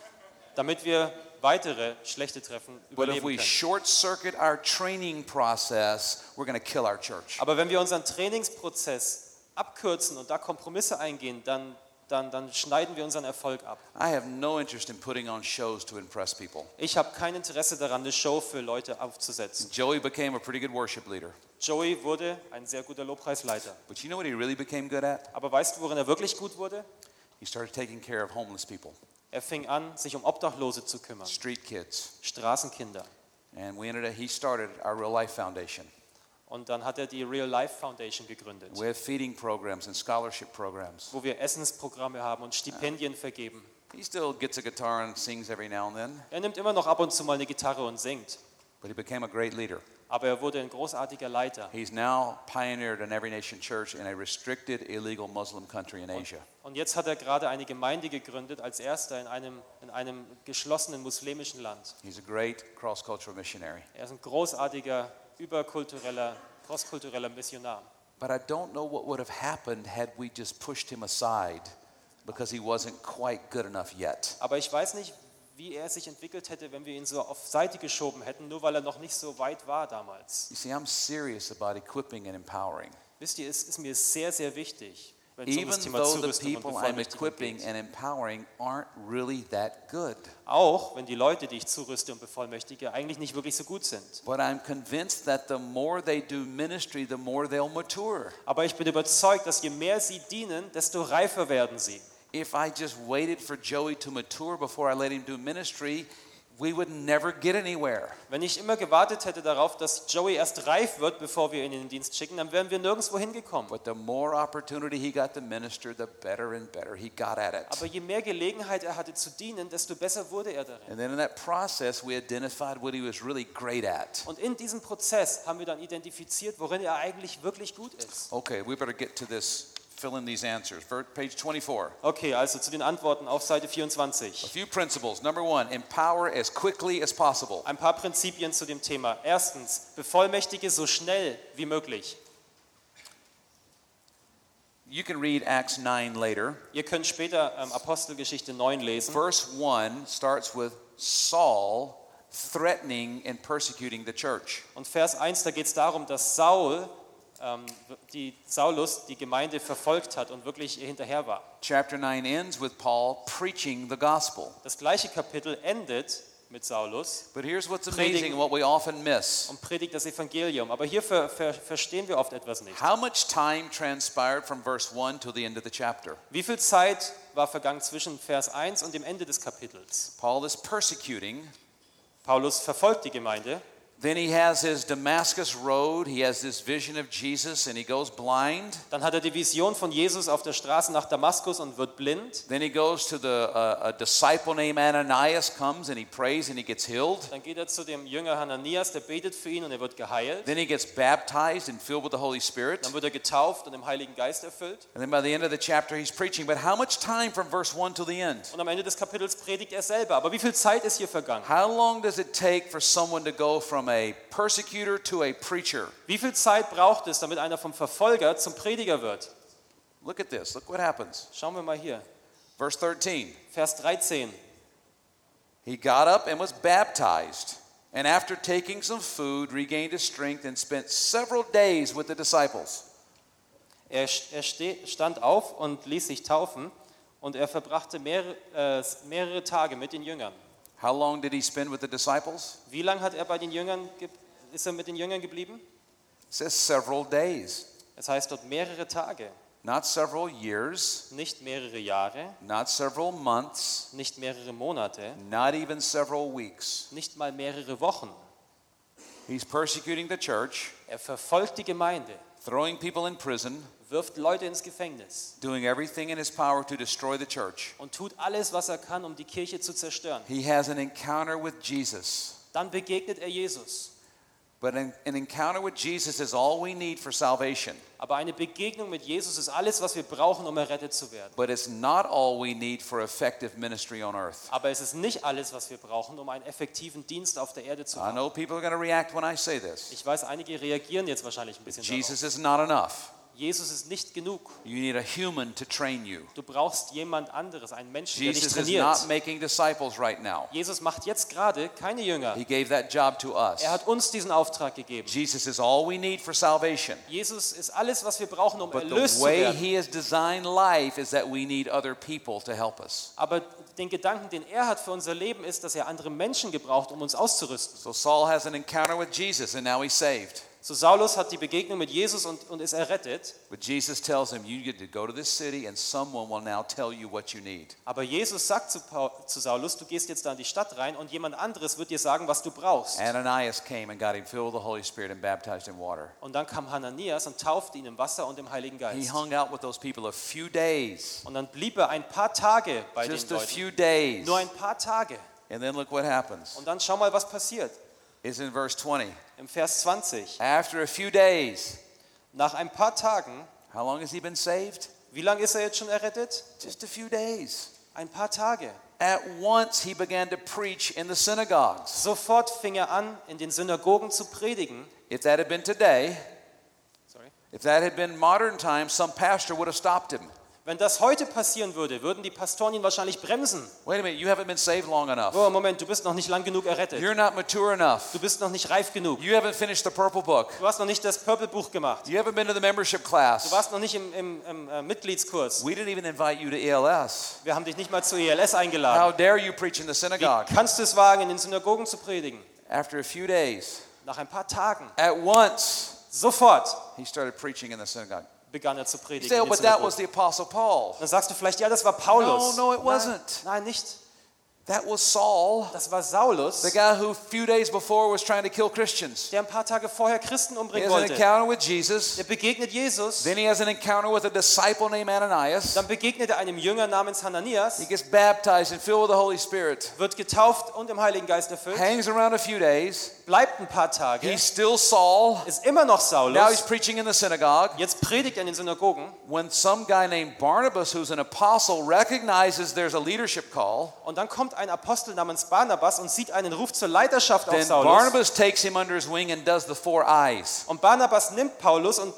[SPEAKER 3] damit wir weitere schlechte Treffen
[SPEAKER 2] But if
[SPEAKER 3] überleben
[SPEAKER 2] we
[SPEAKER 3] können.
[SPEAKER 2] short circuit our training process, we're going to kill our church.
[SPEAKER 3] Aber wenn wir unseren Trainingsprozess abkürzen und da Kompromisse eingehen, dann, dann, dann schneiden wir unseren Erfolg ab.
[SPEAKER 2] I have no interest in putting on shows to impress people.
[SPEAKER 3] Ich habe kein Interesse daran, eine Show für Leute aufzusetzen.
[SPEAKER 2] Joey became a pretty good worship leader.
[SPEAKER 3] Joey wurde ein sehr guter Lobpreisleiter.
[SPEAKER 2] But you know what he really became good at?
[SPEAKER 3] Aber weißt du, worin er wirklich gut wurde?
[SPEAKER 2] He started taking care of homeless people,
[SPEAKER 3] Er fing an, sich um Obdachlose zu kümmern,
[SPEAKER 2] street kids.
[SPEAKER 3] Straßenkinder.
[SPEAKER 2] And we ended up, he started our Real Life Foundation.
[SPEAKER 3] Und dann hat er die Real Life Foundation gegründet,
[SPEAKER 2] We have feeding programs and scholarship programs.
[SPEAKER 3] wo wir Essensprogramme haben und Stipendien vergeben.
[SPEAKER 2] He still gets a guitar and sings every now and then,
[SPEAKER 3] Er nimmt immer noch ab und zu mal eine Gitarre und singt.
[SPEAKER 2] but he became a great leader.
[SPEAKER 3] Aber er wurde ein großartiger Leiter.
[SPEAKER 2] He's now pioneered an every nation church in a restricted illegal Muslim country in Asia.
[SPEAKER 3] Und jetzt hat er gerade eine Gemeinde gegründet, als erster in einem, in einem geschlossenen muslimischen Land.
[SPEAKER 2] He's a great cross cultural missionary.
[SPEAKER 3] Er ist ein großartiger, überkultureller, crosskultureller Missionar.
[SPEAKER 2] But I don't know what would have happened had we just pushed him aside because he wasn't quite good enough yet.
[SPEAKER 3] Aber ich weiß nicht, wie er sich entwickelt hätte, wenn wir ihn so auf Seite geschoben hätten, nur weil er noch nicht so weit war damals.
[SPEAKER 2] You see, I'm serious about equipping and empowering.
[SPEAKER 3] Wisst ihr, es ist mir sehr, sehr wichtig, wenn es um
[SPEAKER 2] Even
[SPEAKER 3] das Thema
[SPEAKER 2] though the
[SPEAKER 3] Zurüstung und
[SPEAKER 2] people I'm
[SPEAKER 3] Bevollmächtigung
[SPEAKER 2] equipping
[SPEAKER 3] geht.
[SPEAKER 2] and empowering aren't really that good.
[SPEAKER 3] Auch wenn die Leute, die ich zurüste und bevollmächtige, eigentlich nicht wirklich so gut sind.
[SPEAKER 2] But I'm convinced that the more they do ministry, the more they'll mature.
[SPEAKER 3] Aber ich bin überzeugt, dass je mehr sie dienen, desto reifer werden sie.
[SPEAKER 2] If I just waited for Joey to mature before I let him do ministry, we would never get anywhere.
[SPEAKER 3] Wenn ich immer gewartet hätte darauf, dass Joey erst reif wird, bevor wir ihn in den Dienst schicken, dann wären wir nirgendwo hingekommen.
[SPEAKER 2] But the more opportunity he got to minister, the better and better he got at it.
[SPEAKER 3] Aber je mehr Gelegenheit er hatte zu dienen, desto besser wurde er darin.
[SPEAKER 2] And then in that process, we identified what he was really great at.
[SPEAKER 3] Und in diesem Prozess haben wir dann identifiziert, worin er eigentlich wirklich gut ist.
[SPEAKER 2] Okay, we better get to this, fill in these answers. Ver- Page 24.
[SPEAKER 3] Okay, also zu den Antworten auf Seite
[SPEAKER 2] A
[SPEAKER 3] 24.
[SPEAKER 2] few principles. Number one, empower as quickly as possible.
[SPEAKER 3] Ein paar Prinzipien zu dem Thema. Erstens, bevollmächtige so schnell wie möglich.
[SPEAKER 2] You can read Acts 9 later.
[SPEAKER 3] Ihr könnt später ähm, Apostelgeschichte 9 lesen.
[SPEAKER 2] Verse 1 starts with Saul threatening and persecuting the church.
[SPEAKER 3] Und Vers 1, da geht es darum, dass Saul, ähm, die Saulus die Gemeinde verfolgt hat und wirklich ihr hinterher war.
[SPEAKER 2] Chapter 9 ends with Paul preaching the gospel.
[SPEAKER 3] Das gleiche Kapitel endet mit Saulus
[SPEAKER 2] But here's what's
[SPEAKER 3] Predigen.
[SPEAKER 2] amazing and what we often miss.
[SPEAKER 3] und predigt das Evangelium. Aber hier ver ver verstehen wir oft etwas nicht.
[SPEAKER 2] How much time transpired from verse 1 till the end of the chapter?
[SPEAKER 3] Wie viel Zeit war vergangen zwischen Vers 1 und dem Ende des Kapitels?
[SPEAKER 2] Paul is persecuting.
[SPEAKER 3] Paulus verfolgt die Gemeinde,
[SPEAKER 2] Then he has his Damascus road. He has this vision of Jesus and he goes blind.
[SPEAKER 3] dann hat er die Vision von Jesus auf der Straße nach Damaskus und wird blind.
[SPEAKER 2] Then he goes to the uh, a disciple named Ananias comes and he prays and he gets healed.
[SPEAKER 3] Dann geht er zu dem Jünger Hananias, der betet für ihn und er wird geheilt.
[SPEAKER 2] Then he gets baptized and filled with the Holy Spirit.
[SPEAKER 3] Dann wird er getauft und im Heiligen Geist erfüllt.
[SPEAKER 2] And then by the end of the chapter he's preaching. But how much time from verse 1 till the end?
[SPEAKER 3] Und am Ende des Kapitels predigt er selber. Aber wie viel Zeit ist hier vergangen?
[SPEAKER 2] How long does it take for someone to go from a persecutor to a preacher?
[SPEAKER 3] Wie viel Zeit braucht es, damit einer vom Verfolger zum Prediger wird?
[SPEAKER 2] Look at this. Look what happens.
[SPEAKER 3] Schauen wir mal hier.
[SPEAKER 2] Verse 13.
[SPEAKER 3] Vers 13.
[SPEAKER 2] He got up and was baptized, and after taking some food, regained his strength and spent several days with the disciples.
[SPEAKER 3] Er, er ste stand auf und ließ sich taufen und er verbrachte mehrere, äh, mehrere Tage mit den Jüngern.
[SPEAKER 2] How long did he spend with the disciples?
[SPEAKER 3] Wie lange hat er bei den Jüngern ge- ist er mit den Jüngern geblieben?
[SPEAKER 2] It says several days,
[SPEAKER 3] Das heißt dort mehrere Tage,
[SPEAKER 2] not several years,
[SPEAKER 3] nicht mehrere Jahre,
[SPEAKER 2] not several months,
[SPEAKER 3] nicht mehrere Monate,
[SPEAKER 2] not even several weeks.
[SPEAKER 3] nicht mal mehrere Wochen.
[SPEAKER 2] He's persecuting the church,
[SPEAKER 3] Er verfolgt die Gemeinde,
[SPEAKER 2] throwing people in prison,
[SPEAKER 3] wirft Leute ins Gefängnis
[SPEAKER 2] doing everything in his power to destroy the church.
[SPEAKER 3] und tut alles, was er kann, um die Kirche zu zerstören.
[SPEAKER 2] He has an encounter with Jesus.
[SPEAKER 3] Dann begegnet er Jesus.
[SPEAKER 2] But an, an encounter with Jesus is all we need for salvation.
[SPEAKER 3] Aber eine Begegnung mit Jesus ist alles, was wir brauchen, um errettet zu werden.
[SPEAKER 2] But it's not all we need for effective ministry on earth.
[SPEAKER 3] Aber es ist nicht alles, was wir brauchen, um einen effektiven Dienst auf der Erde zu
[SPEAKER 2] I
[SPEAKER 3] haben.
[SPEAKER 2] know people are going to react when I say this.
[SPEAKER 3] Ich weiß, einige reagieren jetzt wahrscheinlich ein bisschen
[SPEAKER 2] Jesus is not enough.
[SPEAKER 3] darauf. Jesus ist nicht genug.
[SPEAKER 2] You need a human to train you.
[SPEAKER 3] Du brauchst jemand anderes, einen Menschen, der dich
[SPEAKER 2] Jesus is
[SPEAKER 3] trainiert.
[SPEAKER 2] not making disciples right now.
[SPEAKER 3] Jesus macht jetzt gerade keine Jünger.
[SPEAKER 2] He gave that job to us.
[SPEAKER 3] Er hat uns diesen Auftrag gegeben.
[SPEAKER 2] Jesus is all we need for salvation.
[SPEAKER 3] Jesus ist alles, was wir brauchen, um
[SPEAKER 2] But
[SPEAKER 3] erlöst
[SPEAKER 2] the
[SPEAKER 3] zu
[SPEAKER 2] way
[SPEAKER 3] werden.
[SPEAKER 2] he has designed life is that we need other people to help us.
[SPEAKER 3] Aber den Gedanken, den er hat für unser Leben, ist, dass er andere Menschen gebraucht, um uns auszurüsten.
[SPEAKER 2] So Saul has an encounter with Jesus and now he's saved.
[SPEAKER 3] So Saulus hat die Begegnung mit Jesus und, und ist errettet.
[SPEAKER 2] But Jesus tells him, You get to go to this city and someone will now tell you what you need.
[SPEAKER 3] Aber Jesus sagt zu, Paul, zu Saulus, du gehst jetzt da in die Stadt rein und jemand anderes wird dir sagen, was du brauchst.
[SPEAKER 2] Ananias came and got him filled with the Holy Spirit and baptized in water.
[SPEAKER 3] Und dann kam Hananias und taufte ihn im Wasser und im Heiligen
[SPEAKER 2] He
[SPEAKER 3] Geist.
[SPEAKER 2] hung out with those people a few days.
[SPEAKER 3] Und dann blieb er ein paar Tage bei
[SPEAKER 2] Just
[SPEAKER 3] den
[SPEAKER 2] a
[SPEAKER 3] Leuten.
[SPEAKER 2] few days.
[SPEAKER 3] Nur ein paar Tage.
[SPEAKER 2] And then look what happens.
[SPEAKER 3] Und dann schau mal, was passiert.
[SPEAKER 2] It's in verse 20.
[SPEAKER 3] Im Vers 20.
[SPEAKER 2] After a few days,
[SPEAKER 3] Nach ein paar Tagen,
[SPEAKER 2] how long has he been saved?
[SPEAKER 3] wie lange ist er jetzt schon errettet?
[SPEAKER 2] Just a few days.
[SPEAKER 3] Ein paar Tage.
[SPEAKER 2] At once he began to preach in the synagogues.
[SPEAKER 3] Sofort fing er an, in den Synagogen zu predigen.
[SPEAKER 2] If that had been today,
[SPEAKER 3] Sorry.
[SPEAKER 2] if that had been modern times, some pastor would have stopped him.
[SPEAKER 3] Wenn das heute passieren würde, würden die Pastoren ihn wahrscheinlich bremsen.
[SPEAKER 2] Wait a minute, you haven't been saved long enough.
[SPEAKER 3] Oh, Moment, du bist noch nicht lang genug errettet.
[SPEAKER 2] You're not mature enough.
[SPEAKER 3] Du bist noch nicht reif genug.
[SPEAKER 2] You haven't finished the purple book.
[SPEAKER 3] Du hast noch nicht das Purple Buch gemacht.
[SPEAKER 2] You haven't been to the membership
[SPEAKER 3] Du
[SPEAKER 2] class.
[SPEAKER 3] warst noch nicht im, im, im äh, Mitgliedskurs.
[SPEAKER 2] We didn't even invite you to ELS.
[SPEAKER 3] Wir haben dich nicht mal zur ELS eingeladen.
[SPEAKER 2] How dare you preach in the synagogue?
[SPEAKER 3] Wie kannst du es wagen, in den Synagogen zu predigen?
[SPEAKER 2] After a few days,
[SPEAKER 3] Nach ein paar Tagen,
[SPEAKER 2] at once,
[SPEAKER 3] sofort
[SPEAKER 2] he started preaching in the synagogue.
[SPEAKER 3] begann er zu
[SPEAKER 2] You
[SPEAKER 3] predigen.
[SPEAKER 2] say,
[SPEAKER 3] in
[SPEAKER 2] oh,
[SPEAKER 3] den
[SPEAKER 2] but that
[SPEAKER 3] Synagogen.
[SPEAKER 2] was the Apostle Paul.
[SPEAKER 3] Dann sagst du vielleicht, ja, das war Paulus.
[SPEAKER 2] No, no, it
[SPEAKER 3] Nein,
[SPEAKER 2] wasn't.
[SPEAKER 3] Nein, nicht.
[SPEAKER 2] That was Saul,
[SPEAKER 3] Das war Saulus,
[SPEAKER 2] the guy who a few days before was trying to kill Christians.
[SPEAKER 3] der ein paar Tage vorher Christen
[SPEAKER 2] He
[SPEAKER 3] umbringen
[SPEAKER 2] has an
[SPEAKER 3] wollte.
[SPEAKER 2] encounter with Jesus.
[SPEAKER 3] Der begegnet Jesus.
[SPEAKER 2] Then he has an encounter with a disciple named Ananias.
[SPEAKER 3] Dann begegnet er einem Jünger namens
[SPEAKER 2] He
[SPEAKER 3] Hananias,
[SPEAKER 2] gets baptized and filled with the Holy Spirit.
[SPEAKER 3] wird getauft und im Heiligen Geist erfüllt,
[SPEAKER 2] Hangs around a few days.
[SPEAKER 3] bleibt ein paar Tage,
[SPEAKER 2] He's still Saul.
[SPEAKER 3] ist immer noch
[SPEAKER 2] Now he's
[SPEAKER 3] Saulus.
[SPEAKER 2] preaching in the synagogue.
[SPEAKER 3] Jetzt predigt er in den Synagogen
[SPEAKER 2] When some guy named Barnabas, who's an apostle, recognizes there's a leadership call,
[SPEAKER 3] und dann kommt ein Apostel namens Barnabas und sieht einen Ruf zur Leiterschaft auf
[SPEAKER 2] then
[SPEAKER 3] Saulus.
[SPEAKER 2] Barnabas takes him under his wing and does the four I's
[SPEAKER 3] Und Barnabas nimmt Paulus und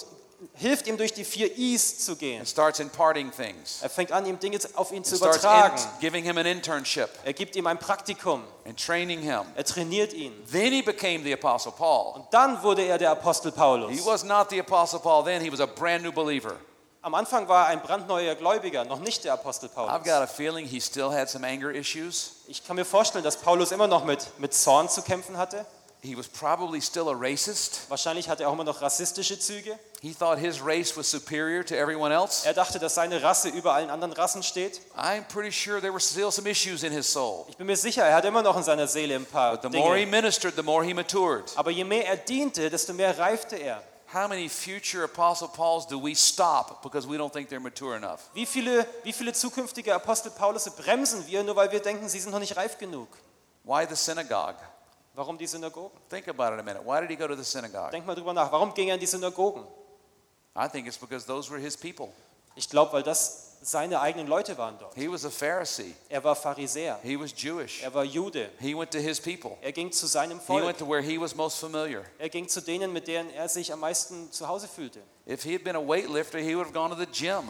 [SPEAKER 3] hilft ihm durch die vier I's zu gehen.
[SPEAKER 2] and starts imparting things.
[SPEAKER 3] Er fängt an, ihm Dinge auf ihn zu
[SPEAKER 2] And starts
[SPEAKER 3] übertragen.
[SPEAKER 2] in- giving him an internship
[SPEAKER 3] Er gibt ihm ein Praktikum.
[SPEAKER 2] and training him.
[SPEAKER 3] Er trainiert ihn.
[SPEAKER 2] Then he became the apostle Paul.
[SPEAKER 3] Und dann wurde er der Apostel
[SPEAKER 2] He
[SPEAKER 3] Paulus.
[SPEAKER 2] was not the apostle Paul then, he was a brand new believer.
[SPEAKER 3] Am Anfang war er ein brandneuer Gläubiger, noch nicht der Apostel
[SPEAKER 2] I've
[SPEAKER 3] Paulus.
[SPEAKER 2] got a feeling he still had some anger issues.
[SPEAKER 3] Ich kann mir vorstellen, dass Paulus immer noch mit, mit Zorn zu kämpfen hatte.
[SPEAKER 2] He was probably still a racist.
[SPEAKER 3] Wahrscheinlich hatte er auch immer noch rassistische Züge.
[SPEAKER 2] He thought his race was superior to everyone else.
[SPEAKER 3] Er dachte, dass seine Rasse über allen anderen Rassen steht.
[SPEAKER 2] I'm pretty sure there were still some issues in his soul.
[SPEAKER 3] Ich bin mir sicher, er hat immer noch in seiner Seele ein paar
[SPEAKER 2] But the more he
[SPEAKER 3] Dinge.
[SPEAKER 2] ministered, the more he matured.
[SPEAKER 3] Aber je mehr er diente, desto mehr reifte er.
[SPEAKER 2] How many future Apostle Pauls do we stop because we don't think they're mature enough?
[SPEAKER 3] Wie viele, wie viele zukünftige Apostel Paulus bremsen wir, nur weil wir denken, sie sind noch nicht reif genug?
[SPEAKER 2] Why the synagogue?
[SPEAKER 3] Warum die Synagogen?
[SPEAKER 2] Think about it a minute. Why did he go to the synagogue?
[SPEAKER 3] Denk mal drüber nach. Warum ging er in die Synagogen?
[SPEAKER 2] I think it's because those were his people.
[SPEAKER 3] Ich glaube, weil das seine eigenen Leute waren dort.
[SPEAKER 2] He was a Pharisee,
[SPEAKER 3] Er war Pharisäer.
[SPEAKER 2] he was Jewish.
[SPEAKER 3] Er war Jude.
[SPEAKER 2] He went to his people,
[SPEAKER 3] Er ging zu seinem
[SPEAKER 2] he went
[SPEAKER 3] Volk.
[SPEAKER 2] to where he was most familiar.
[SPEAKER 3] Er ging zu denen, mit denen er sich am meisten zu Hause fühlte.
[SPEAKER 2] If he had been a weightlifter, he would have gone to the gym.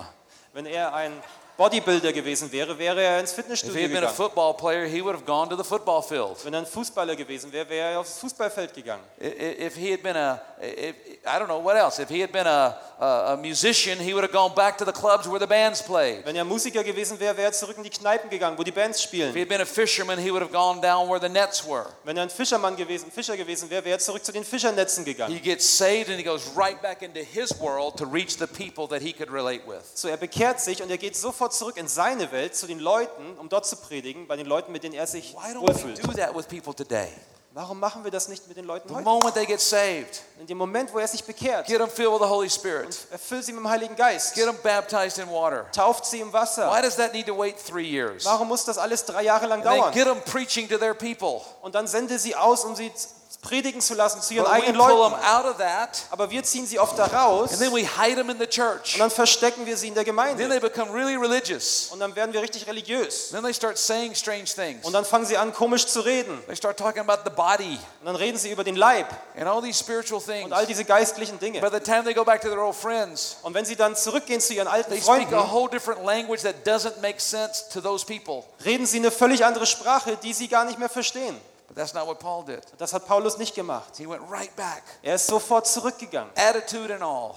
[SPEAKER 3] Wenn er ein Bodybuilder gewesen wäre, wäre er ins
[SPEAKER 2] If he had
[SPEAKER 3] Fitnessstudio
[SPEAKER 2] been a
[SPEAKER 3] gegangen.
[SPEAKER 2] football player, he would have gone to the football field.
[SPEAKER 3] Wenn er ein Fußballer gewesen wäre, wäre er aufs Fußballfeld gegangen.
[SPEAKER 2] I- i- If he had been a, if, I don't know what else. If he had been a, a, a musician, he would have gone back to the clubs where the bands played.
[SPEAKER 3] Wenn er Musiker gewesen wäre, wäre er zurück in die Kneipen gegangen, wo die Bands
[SPEAKER 2] If he
[SPEAKER 3] spielen.
[SPEAKER 2] had been a fisherman, he would have gone down where the nets were.
[SPEAKER 3] Wenn er ein Fischermann gewesen, Fischer gewesen wäre, wäre er zurück zu den Fischernetzen
[SPEAKER 2] He
[SPEAKER 3] gegangen.
[SPEAKER 2] gets saved and he goes right back into his world to reach the people that he could relate with.
[SPEAKER 3] So, er bekehrt sich und er geht sofort zurück in seine Welt, zu den Leuten, um dort zu predigen, bei den Leuten, mit denen er sich
[SPEAKER 2] Why don't we
[SPEAKER 3] wohlfühlt.
[SPEAKER 2] do that with people today?
[SPEAKER 3] Warum machen wir das nicht mit den Leuten
[SPEAKER 2] The
[SPEAKER 3] heute?
[SPEAKER 2] moment they get saved,
[SPEAKER 3] In dem Moment, wo er sich bekehrt,
[SPEAKER 2] get them filled with the Holy Spirit,
[SPEAKER 3] erfüllt sie mit dem Heiligen Geist,
[SPEAKER 2] get them baptized in water.
[SPEAKER 3] tauft sie im
[SPEAKER 2] Why
[SPEAKER 3] Wasser.
[SPEAKER 2] does that need to wait three years?
[SPEAKER 3] Warum muss das alles drei Jahre lang
[SPEAKER 2] And then
[SPEAKER 3] dauern?
[SPEAKER 2] get them preaching to their people.
[SPEAKER 3] Und dann sende sie aus, um sie z- predigen zu lassen zu ihren
[SPEAKER 2] But we
[SPEAKER 3] eigenen
[SPEAKER 2] pull
[SPEAKER 3] Leuten.
[SPEAKER 2] them out of that,
[SPEAKER 3] Aber wir ziehen sie oft da raus
[SPEAKER 2] and
[SPEAKER 3] und
[SPEAKER 2] then we hide them in the church.
[SPEAKER 3] dann verstecken wir sie in der
[SPEAKER 2] Then
[SPEAKER 3] Gemeinde.
[SPEAKER 2] they become really religious.
[SPEAKER 3] Und dann werden wir richtig religiös.
[SPEAKER 2] Then they start saying strange things.
[SPEAKER 3] Und dann fangen sie an, komisch zu reden.
[SPEAKER 2] They start talking about the body
[SPEAKER 3] Und dann reden sie über den Leib
[SPEAKER 2] and all these spiritual things.
[SPEAKER 3] und all diese geistlichen
[SPEAKER 2] By
[SPEAKER 3] Dinge.
[SPEAKER 2] the time they go back to their old friends,
[SPEAKER 3] Und wenn sie dann zurückgehen zu ihren alten
[SPEAKER 2] they speak a
[SPEAKER 3] Freunden,
[SPEAKER 2] whole different language that doesn't make sense to those people.
[SPEAKER 3] reden sie eine völlig andere Sprache, die sie gar nicht mehr verstehen.
[SPEAKER 2] But that's not what Paul did.
[SPEAKER 3] Das hat Paulus nicht gemacht.
[SPEAKER 2] He went right back,
[SPEAKER 3] Er ist sofort zurückgegangen.
[SPEAKER 2] attitude and all.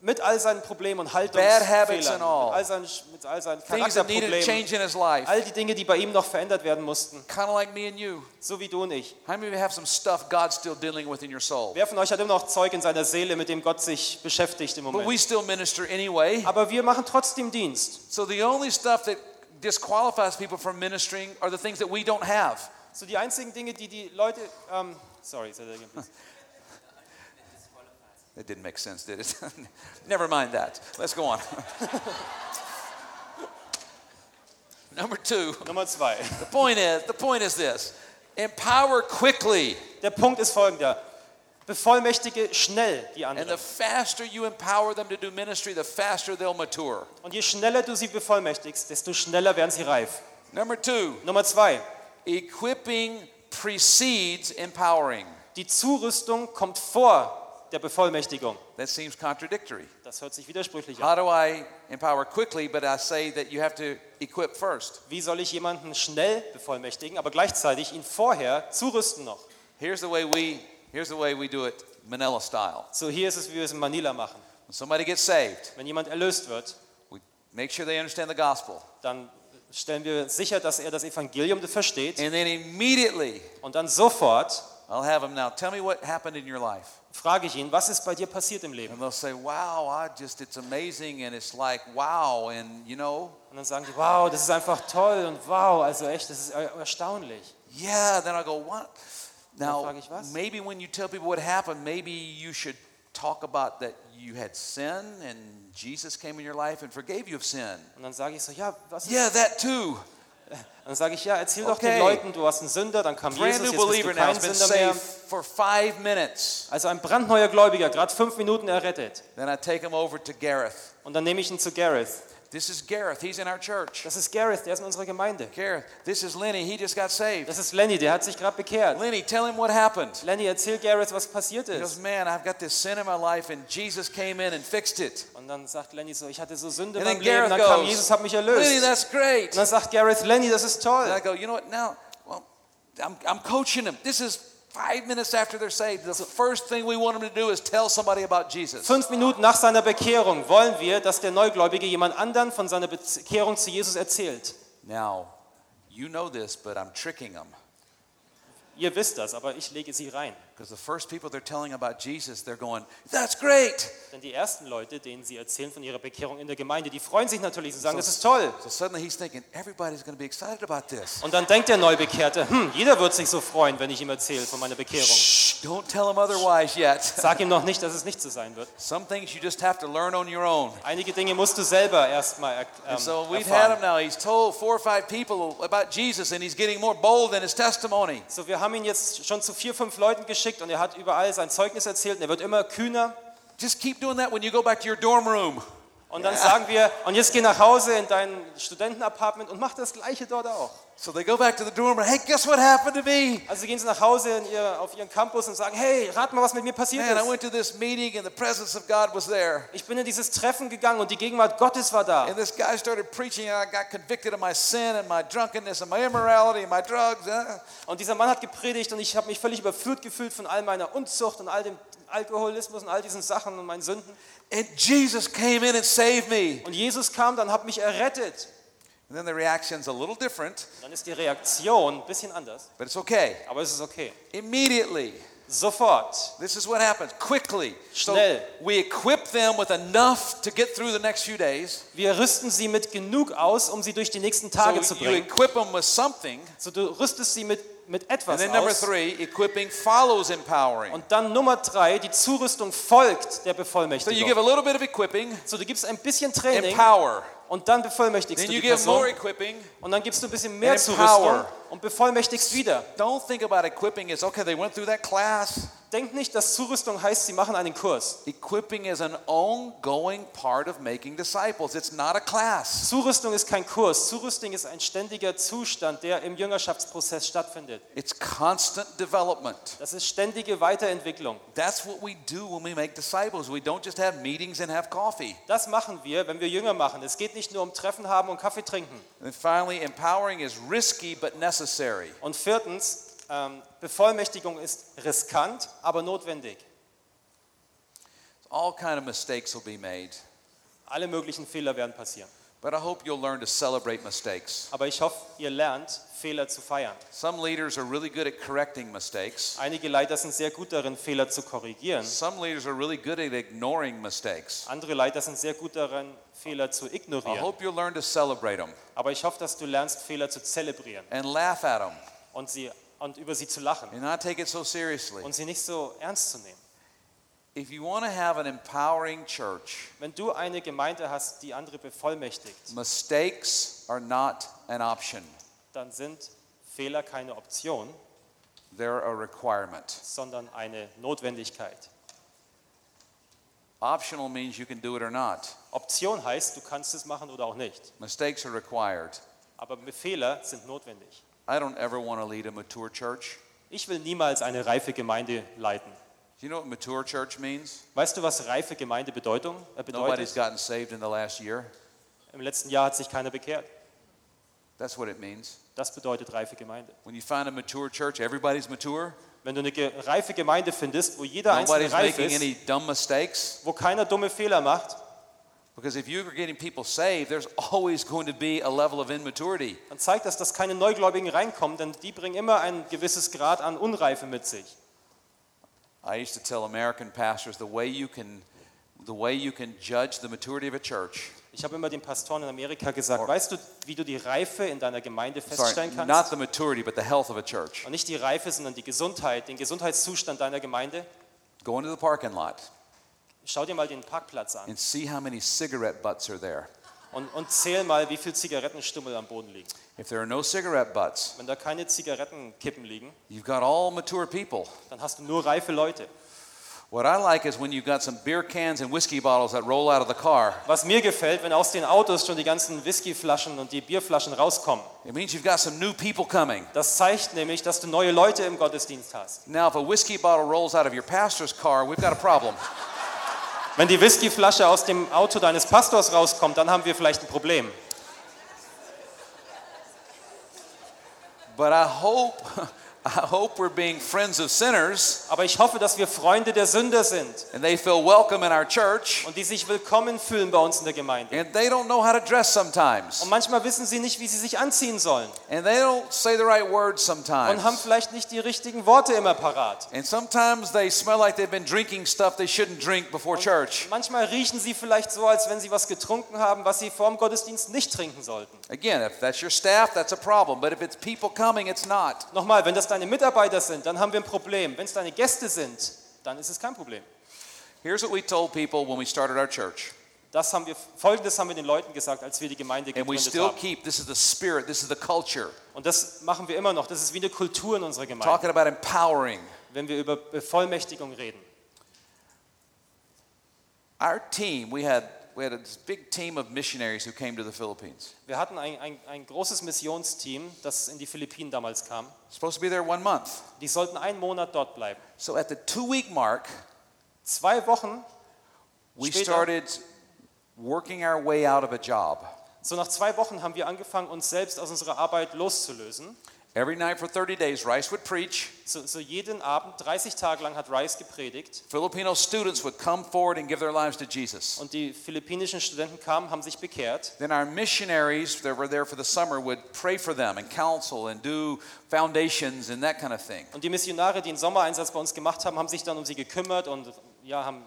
[SPEAKER 3] Mit all seinen Problemen und
[SPEAKER 2] habits
[SPEAKER 3] Haltungsfehlern,
[SPEAKER 2] and all.
[SPEAKER 3] mit all seinen, mit all seinen
[SPEAKER 2] Things that needed to change
[SPEAKER 3] Charakterproblemen,
[SPEAKER 2] in his life.
[SPEAKER 3] all die Dinge, die bei ihm noch verändert werden mussten,
[SPEAKER 2] Kind of like me and you.
[SPEAKER 3] so wie du und ich.
[SPEAKER 2] How many of you have some stuff God's still dealing with in your soul?
[SPEAKER 3] Wer von euch hat immer noch Zeug in seiner Seele, mit dem Gott sich beschäftigt im
[SPEAKER 2] But
[SPEAKER 3] Moment?
[SPEAKER 2] we still minister anyway.
[SPEAKER 3] Aber wir machen trotzdem Dienst.
[SPEAKER 2] So the only stuff that disqualifies people from ministering are the things that we don't have.
[SPEAKER 3] So die einzigen Dinge, die die Leute, ähm, sorry, say that again, please.
[SPEAKER 2] That didn't make sense, did it? Never mind that. Let's go on. Number two,
[SPEAKER 3] Nummer zwei.
[SPEAKER 2] the point is the point is this. Empower quickly.
[SPEAKER 3] Der Punkt ist folgender: Bevollmächtige schnell die
[SPEAKER 2] And the
[SPEAKER 3] anderen.
[SPEAKER 2] faster you empower them to do ministry, the faster they'll mature.
[SPEAKER 3] Und je schneller du sie bevollmächtigst, desto schneller werden sie reif.
[SPEAKER 2] Number two,
[SPEAKER 3] Nummer zwei:
[SPEAKER 2] equipping precedes empowering.
[SPEAKER 3] Die Zurüstung kommt vor der Bevollmächtigung.
[SPEAKER 2] That seems contradictory.
[SPEAKER 3] Das hört sich widersprüchlich an.
[SPEAKER 2] How do I empower quickly, but I say that you have to equip first?
[SPEAKER 3] Wie soll ich jemanden schnell bevollmächtigen, aber gleichzeitig ihn vorher zurüsten noch?
[SPEAKER 2] Here's the way we here's the way we do it Manila style.
[SPEAKER 3] So hier ist es, wie wir es in Manila machen.
[SPEAKER 2] When somebody gets saved,
[SPEAKER 3] Wenn jemand erlöst wird,
[SPEAKER 2] we make sure they understand the gospel.
[SPEAKER 3] dann stellen wir sicher, dass er das Evangelium versteht
[SPEAKER 2] And then immediately
[SPEAKER 3] und dann sofort
[SPEAKER 2] I'll have them now. Tell me what happened in your life.
[SPEAKER 3] frage ich ihn, was ist bei dir passiert im Leben?
[SPEAKER 2] And they'll say, Wow, I just it's amazing and it's like wow and you know,
[SPEAKER 3] Und dann sagen die, wow, das ist einfach toll und wow, also echt, das ist er- erstaunlich.
[SPEAKER 2] yeah, then I'll go, What? Now
[SPEAKER 3] frage ich, "Was?"
[SPEAKER 2] maybe when you tell people what happened, maybe you should talk about that you had sin and Jesus came in your life and forgave you of sin.
[SPEAKER 3] Und dann sage ich so, ja, was ist?
[SPEAKER 2] Yeah, that too.
[SPEAKER 3] Und dann sage ich, ja, erzähl doch den
[SPEAKER 2] Okay.
[SPEAKER 3] Leuten, du warst ein Sünder, dann kam
[SPEAKER 2] Brand
[SPEAKER 3] Jesus, jetzt
[SPEAKER 2] new
[SPEAKER 3] bist du
[SPEAKER 2] believer now
[SPEAKER 3] kein
[SPEAKER 2] has been
[SPEAKER 3] Sünder mehr.
[SPEAKER 2] saved for five minutes.
[SPEAKER 3] Also ein brandneuer Gläubiger, gerade fünf Minuten errettet.
[SPEAKER 2] Then I take him over to Gareth.
[SPEAKER 3] Und dann nehme ich ihn zu Gareth.
[SPEAKER 2] This is Gareth. He's in our church.
[SPEAKER 3] Das ist Gareth, der ist in unserer Gemeinde.
[SPEAKER 2] Gareth, this is Lenny. He just got saved.
[SPEAKER 3] Das ist Lenny, der hat sich gerade bekehrt.
[SPEAKER 2] Lenny, tell him what happened.
[SPEAKER 3] Lenny, erzähl Gareth, was passiert
[SPEAKER 2] He
[SPEAKER 3] ist.
[SPEAKER 2] goes, man, I've got this sin in my life, and Jesus came in and fixed it.
[SPEAKER 3] Und dann sagt Lenny so, ich hatte so Sünde in
[SPEAKER 2] And
[SPEAKER 3] meinem
[SPEAKER 2] then
[SPEAKER 3] Leben,
[SPEAKER 2] Gareth
[SPEAKER 3] dann kam
[SPEAKER 2] goes,
[SPEAKER 3] Jesus, hat mich
[SPEAKER 2] Lenny,
[SPEAKER 3] erlöst.
[SPEAKER 2] that's great.
[SPEAKER 3] Und dann sagt Gareth, Lenny, das ist
[SPEAKER 2] And I
[SPEAKER 3] toll.
[SPEAKER 2] go, you know what? Now, well, I'm, I'm coaching them. This is five minutes after they're saved. The first thing we want them to do is tell somebody about Jesus.
[SPEAKER 3] Fünf Minuten nach seiner Bekehrung wollen wir, dass der Neugläubige jemand anderen von seiner Bekehrung zu Jesus erzählt.
[SPEAKER 2] Now, you know this, but I'm tricking them.
[SPEAKER 3] Ihr wisst das, aber ich lege sie rein.
[SPEAKER 2] Because the first people they're telling about Jesus, they're going, that's great.
[SPEAKER 3] Denn die ersten Leute, denen sie erzählen von ihrer Bekehrung in der Gemeinde, die freuen sich natürlich und sagen, das ist toll.
[SPEAKER 2] So suddenly he's thinking, everybody's going to be excited about this.
[SPEAKER 3] Und dann denkt der Neubekehrte, hm, jeder wird sich so freuen, wenn ich ihm erzähle von meiner Bekehrung.
[SPEAKER 2] Shh, don't tell him otherwise yet.
[SPEAKER 3] Sag ihm noch nicht, dass es nicht so sein wird.
[SPEAKER 2] Some things you just have to learn on your own.
[SPEAKER 3] Einige Dinge musst du selber erstmal er, ähm,
[SPEAKER 2] And so we've had
[SPEAKER 3] erfahren.
[SPEAKER 2] him now. He's told four or five people about Jesus, and he's getting more bold in his testimony.
[SPEAKER 3] So, wir haben ihn jetzt schon zu vier, fünf Leuten geschickt und er hat überall sein Zeugnis erzählt und er wird immer kühner.
[SPEAKER 2] Just keep doing that when you go back to your dorm room.
[SPEAKER 3] Und dann sagen wir, und jetzt geh nach Hause in dein Studentenapartment und mach das Gleiche dort auch.
[SPEAKER 2] So they go back to the dorm room. Hey, guess what happened to me?
[SPEAKER 3] Also gehen sie nach Hause in ihr, auf ihren Campus und sagen, hey, rat mal, was mit mir passiert
[SPEAKER 2] Man, I
[SPEAKER 3] ist.
[SPEAKER 2] went to this meeting, and the presence of God was there.
[SPEAKER 3] Ich bin in dieses Treffen gegangen und die Gegenwart Gottes war da.
[SPEAKER 2] And this guy started preaching, and I got convicted of my sin and my drunkenness and my immorality and my drugs. Uh,
[SPEAKER 3] Und dieser Mann hat gepredigt und ich habe mich völlig überführt gefühlt von all meiner Unzucht und all dem Alkoholismus und all diesen Sachen und meinen Sünden.
[SPEAKER 2] And Jesus came in and saved me.
[SPEAKER 3] Und Jesus kam dann, hat mich errettet.
[SPEAKER 2] And then the reaction's a little different,
[SPEAKER 3] Dann ist die Reaktion ein bisschen anders,
[SPEAKER 2] but it's okay.
[SPEAKER 3] aber es ist okay.
[SPEAKER 2] Immediately,
[SPEAKER 3] Sofort.
[SPEAKER 2] this is what happens quickly. So
[SPEAKER 3] Schnell.
[SPEAKER 2] we equip them with enough to get through the next few days.
[SPEAKER 3] Wir rüsten sie mit genug aus, um sie durch die nächsten Tage
[SPEAKER 2] So
[SPEAKER 3] zu
[SPEAKER 2] you
[SPEAKER 3] bringen.
[SPEAKER 2] equip them with something,
[SPEAKER 3] So du rüstest sie mit mit
[SPEAKER 2] And
[SPEAKER 3] etwas
[SPEAKER 2] then number
[SPEAKER 3] aus.
[SPEAKER 2] three, equipping follows empowering.
[SPEAKER 3] Und dann Nummer drei, die Zurüstung folgt der
[SPEAKER 2] So you give
[SPEAKER 3] Bevollmächtigung.
[SPEAKER 2] a little bit of equipping,
[SPEAKER 3] So, du gibst ein bisschen Training
[SPEAKER 2] empower.
[SPEAKER 3] und dann bevollmächtigst
[SPEAKER 2] Then
[SPEAKER 3] du die
[SPEAKER 2] you give more
[SPEAKER 3] Person.
[SPEAKER 2] equipping.
[SPEAKER 3] Und dann gibst du ein bisschen mehr
[SPEAKER 2] and
[SPEAKER 3] Zurüstung
[SPEAKER 2] empower.
[SPEAKER 3] und bevollmächtigst wieder.
[SPEAKER 2] Don't think about equipping as okay, they went through that class.
[SPEAKER 3] Denk nicht, dass Zurüstung heißt, sie machen einen Kurs.
[SPEAKER 2] Equipping is an ongoing part of making disciples. It's not a class.
[SPEAKER 3] Zurüstung ist kein Kurs. Zurüstung ist ein ständiger Zustand, der im Jüngerschaftsprozess stattfindet.
[SPEAKER 2] It's constant development.
[SPEAKER 3] Das ist ständige Weiterentwicklung.
[SPEAKER 2] That's what we do when we make disciples. We don't just have meetings and have coffee.
[SPEAKER 3] Das machen wir, wenn wir Jünger machen. Es geht nicht nur um Treffen haben und Kaffee trinken.
[SPEAKER 2] And finally, empowering is risky but necessary.
[SPEAKER 3] Und viertens, ähm, Bevollmächtigung ist riskant, aber notwendig.
[SPEAKER 2] All kind of mistakes will be made,
[SPEAKER 3] Alle möglichen Fehler werden passieren.
[SPEAKER 2] but I hope you'll learn to celebrate mistakes.
[SPEAKER 3] Aber ich hoffe, ihr lernt, Fehler zu feiern.
[SPEAKER 2] Some leaders are really good at correcting mistakes.
[SPEAKER 3] Einige Leiter sind sehr gut darin, Fehler zu korrigieren.
[SPEAKER 2] Some leaders are really good at ignoring mistakes.
[SPEAKER 3] Andere Leiter sind sehr gut darin, Fehler zu
[SPEAKER 2] I
[SPEAKER 3] ignorieren.
[SPEAKER 2] hope you'll learn to celebrate them
[SPEAKER 3] Aber ich hoffe, dass du lernst, Fehler zu zelebrieren
[SPEAKER 2] and laugh at them
[SPEAKER 3] und, sie, und über sie zu lachen
[SPEAKER 2] and not take it so seriously.
[SPEAKER 3] und sie nicht so ernst zu nehmen.
[SPEAKER 2] If you want to have an empowering church,
[SPEAKER 3] Wenn du eine Gemeinde hast, die andere bevollmächtigt,
[SPEAKER 2] mistakes are not an option,
[SPEAKER 3] dann sind Fehler keine Option,
[SPEAKER 2] they're a requirement.
[SPEAKER 3] sondern eine Notwendigkeit.
[SPEAKER 2] Optional means you can do it or not,
[SPEAKER 3] Option heißt, du kannst es machen oder auch nicht.
[SPEAKER 2] mistakes are required.
[SPEAKER 3] Aber Fehler sind notwendig.
[SPEAKER 2] I don't ever want to lead a mature church.
[SPEAKER 3] Ich will niemals eine reife Gemeinde leiten.
[SPEAKER 2] Do you know what mature church means?
[SPEAKER 3] Weißt du, was reife Gemeinde Bedeutung, äh,
[SPEAKER 2] Nobody's
[SPEAKER 3] bedeutet?
[SPEAKER 2] gotten saved in the last year.
[SPEAKER 3] Im letzten Jahr hat sich keiner bekehrt.
[SPEAKER 2] That's what it means.
[SPEAKER 3] Das bedeutet reife Gemeinde.
[SPEAKER 2] When you find a mature church, everybody's mature.
[SPEAKER 3] Wenn du eine ge reife Gemeinde findest, wo jeder Einzelne
[SPEAKER 2] Nobody's
[SPEAKER 3] reif
[SPEAKER 2] making
[SPEAKER 3] ist,
[SPEAKER 2] any dumb mistakes.
[SPEAKER 3] wo keiner dumme Fehler macht,
[SPEAKER 2] Because if you're getting people saved, there's always going to be a level of immaturity.
[SPEAKER 3] dann zeigt das, dass keine Neugläubigen reinkommen, denn die bringen immer ein gewisses Grad an Unreife mit sich.
[SPEAKER 2] I used to tell American pastors the way you can, the way you can judge the maturity of a church.
[SPEAKER 3] Ich habe immer den Pastoren in Amerika gesagt, weißt du, wie du die Reife in deiner Gemeinde
[SPEAKER 2] Sorry,
[SPEAKER 3] feststellen
[SPEAKER 2] not
[SPEAKER 3] kannst?
[SPEAKER 2] the maturity, but the health of a church.
[SPEAKER 3] Und nicht die Reife, sondern die Gesundheit, den Gesundheitszustand deiner Gemeinde.
[SPEAKER 2] Go into the parking lot
[SPEAKER 3] Schau dir mal den Parkplatz an
[SPEAKER 2] and see how many cigarette butts are there.
[SPEAKER 3] und, und zähl mal, wie viele Zigarettenstummel am Boden liegen.
[SPEAKER 2] If there are no cigarette butts,
[SPEAKER 3] Wenn da keine Zigarettenkippen liegen,
[SPEAKER 2] you've got all mature people.
[SPEAKER 3] dann hast du nur reife Leute.
[SPEAKER 2] What I like is when you've got some beer cans and whiskey bottles that roll out of the car.
[SPEAKER 3] Was mir gefällt, wenn aus den Autos schon die ganzen Whiskyflaschen und die Bierflaschen rauskommen.
[SPEAKER 2] It means you've got some new people coming.
[SPEAKER 3] Das zeigt nämlich, dass du neue Leute im Gottesdienst hast.
[SPEAKER 2] Now, if a whiskey bottle rolls out of your pastor's car, we've got a problem.
[SPEAKER 3] Wenn die Whiskyflasche aus dem Auto deines Pastors rauskommt, dann haben wir vielleicht ein Problem.
[SPEAKER 2] but I hope, I hope we're being friends of sinners
[SPEAKER 3] Aber ich hoffe, dass wir Freunde der Sünder sind
[SPEAKER 2] and they feel welcome in our church
[SPEAKER 3] und die sich willkommen fühlen bei uns in der Gemeinde.
[SPEAKER 2] and they don't know how to dress sometimes
[SPEAKER 3] Und manchmal wissen sie nicht, wie sie sich anziehen sollen
[SPEAKER 2] and they don't say the right words
[SPEAKER 3] und haben
[SPEAKER 2] sometimes.
[SPEAKER 3] vielleicht nicht die richtigen Worte immer parat.
[SPEAKER 2] And sometimes they smell like they've been drinking stuff they shouldn't drink before church.
[SPEAKER 3] Manchmal riechen sie vielleicht so, als wenn sie was getrunken haben, was sie vor dem Gottesdienst nicht trinken sollten.
[SPEAKER 2] Again, if that's your staff, that's a problem. But if it's people coming, it's not.
[SPEAKER 3] Nochmal, wenn das deine Mitarbeiter sind, dann haben wir ein Problem. Wenn es deine Gäste sind, dann ist es kein Problem.
[SPEAKER 2] Here's what we told people when we started our church.
[SPEAKER 3] Das haben wir, Folgendes haben wir den Leuten gesagt, als wir die Gemeinde
[SPEAKER 2] And we
[SPEAKER 3] gegründet
[SPEAKER 2] still
[SPEAKER 3] haben.
[SPEAKER 2] keep this is the spirit, this is the culture.
[SPEAKER 3] Und das machen wir immer noch. Das ist wie eine Kultur in unserer Gemeinde,
[SPEAKER 2] Talking about empowering.
[SPEAKER 3] wenn wir über Bevollmächtigung reden.
[SPEAKER 2] Our team, we had we had this big team of missionaries who came to the Philippines.
[SPEAKER 3] Wir hatten ein, ein, ein großes Missionsteam, das in die Philippinen damals kam.
[SPEAKER 2] Supposed to be there one month.
[SPEAKER 3] Die sollten einen Monat dort bleiben.
[SPEAKER 2] So at the two week mark,
[SPEAKER 3] Zwei Wochen,
[SPEAKER 2] we
[SPEAKER 3] Später.
[SPEAKER 2] started working our way out of a job.
[SPEAKER 3] so nach zwei Wochen haben wir angefangen, uns selbst aus unserer Arbeit loszulösen.
[SPEAKER 2] Every night for 30 days, Rice would preach.
[SPEAKER 3] So, so jeden Abend, 30 Tage lang hat Rice gepredigt
[SPEAKER 2] Filipino students would come forward and give their lives to Jesus.
[SPEAKER 3] und die philippinischen Studenten kamen, haben sich bekehrt.
[SPEAKER 2] Then our missionaries that were there for the summer would pray for them and counsel and do foundations and that kind of thing.
[SPEAKER 3] Und die Missionare, die einen Sommereinsatz bei uns gemacht haben, haben sich dann um sie gekümmert und ja, haben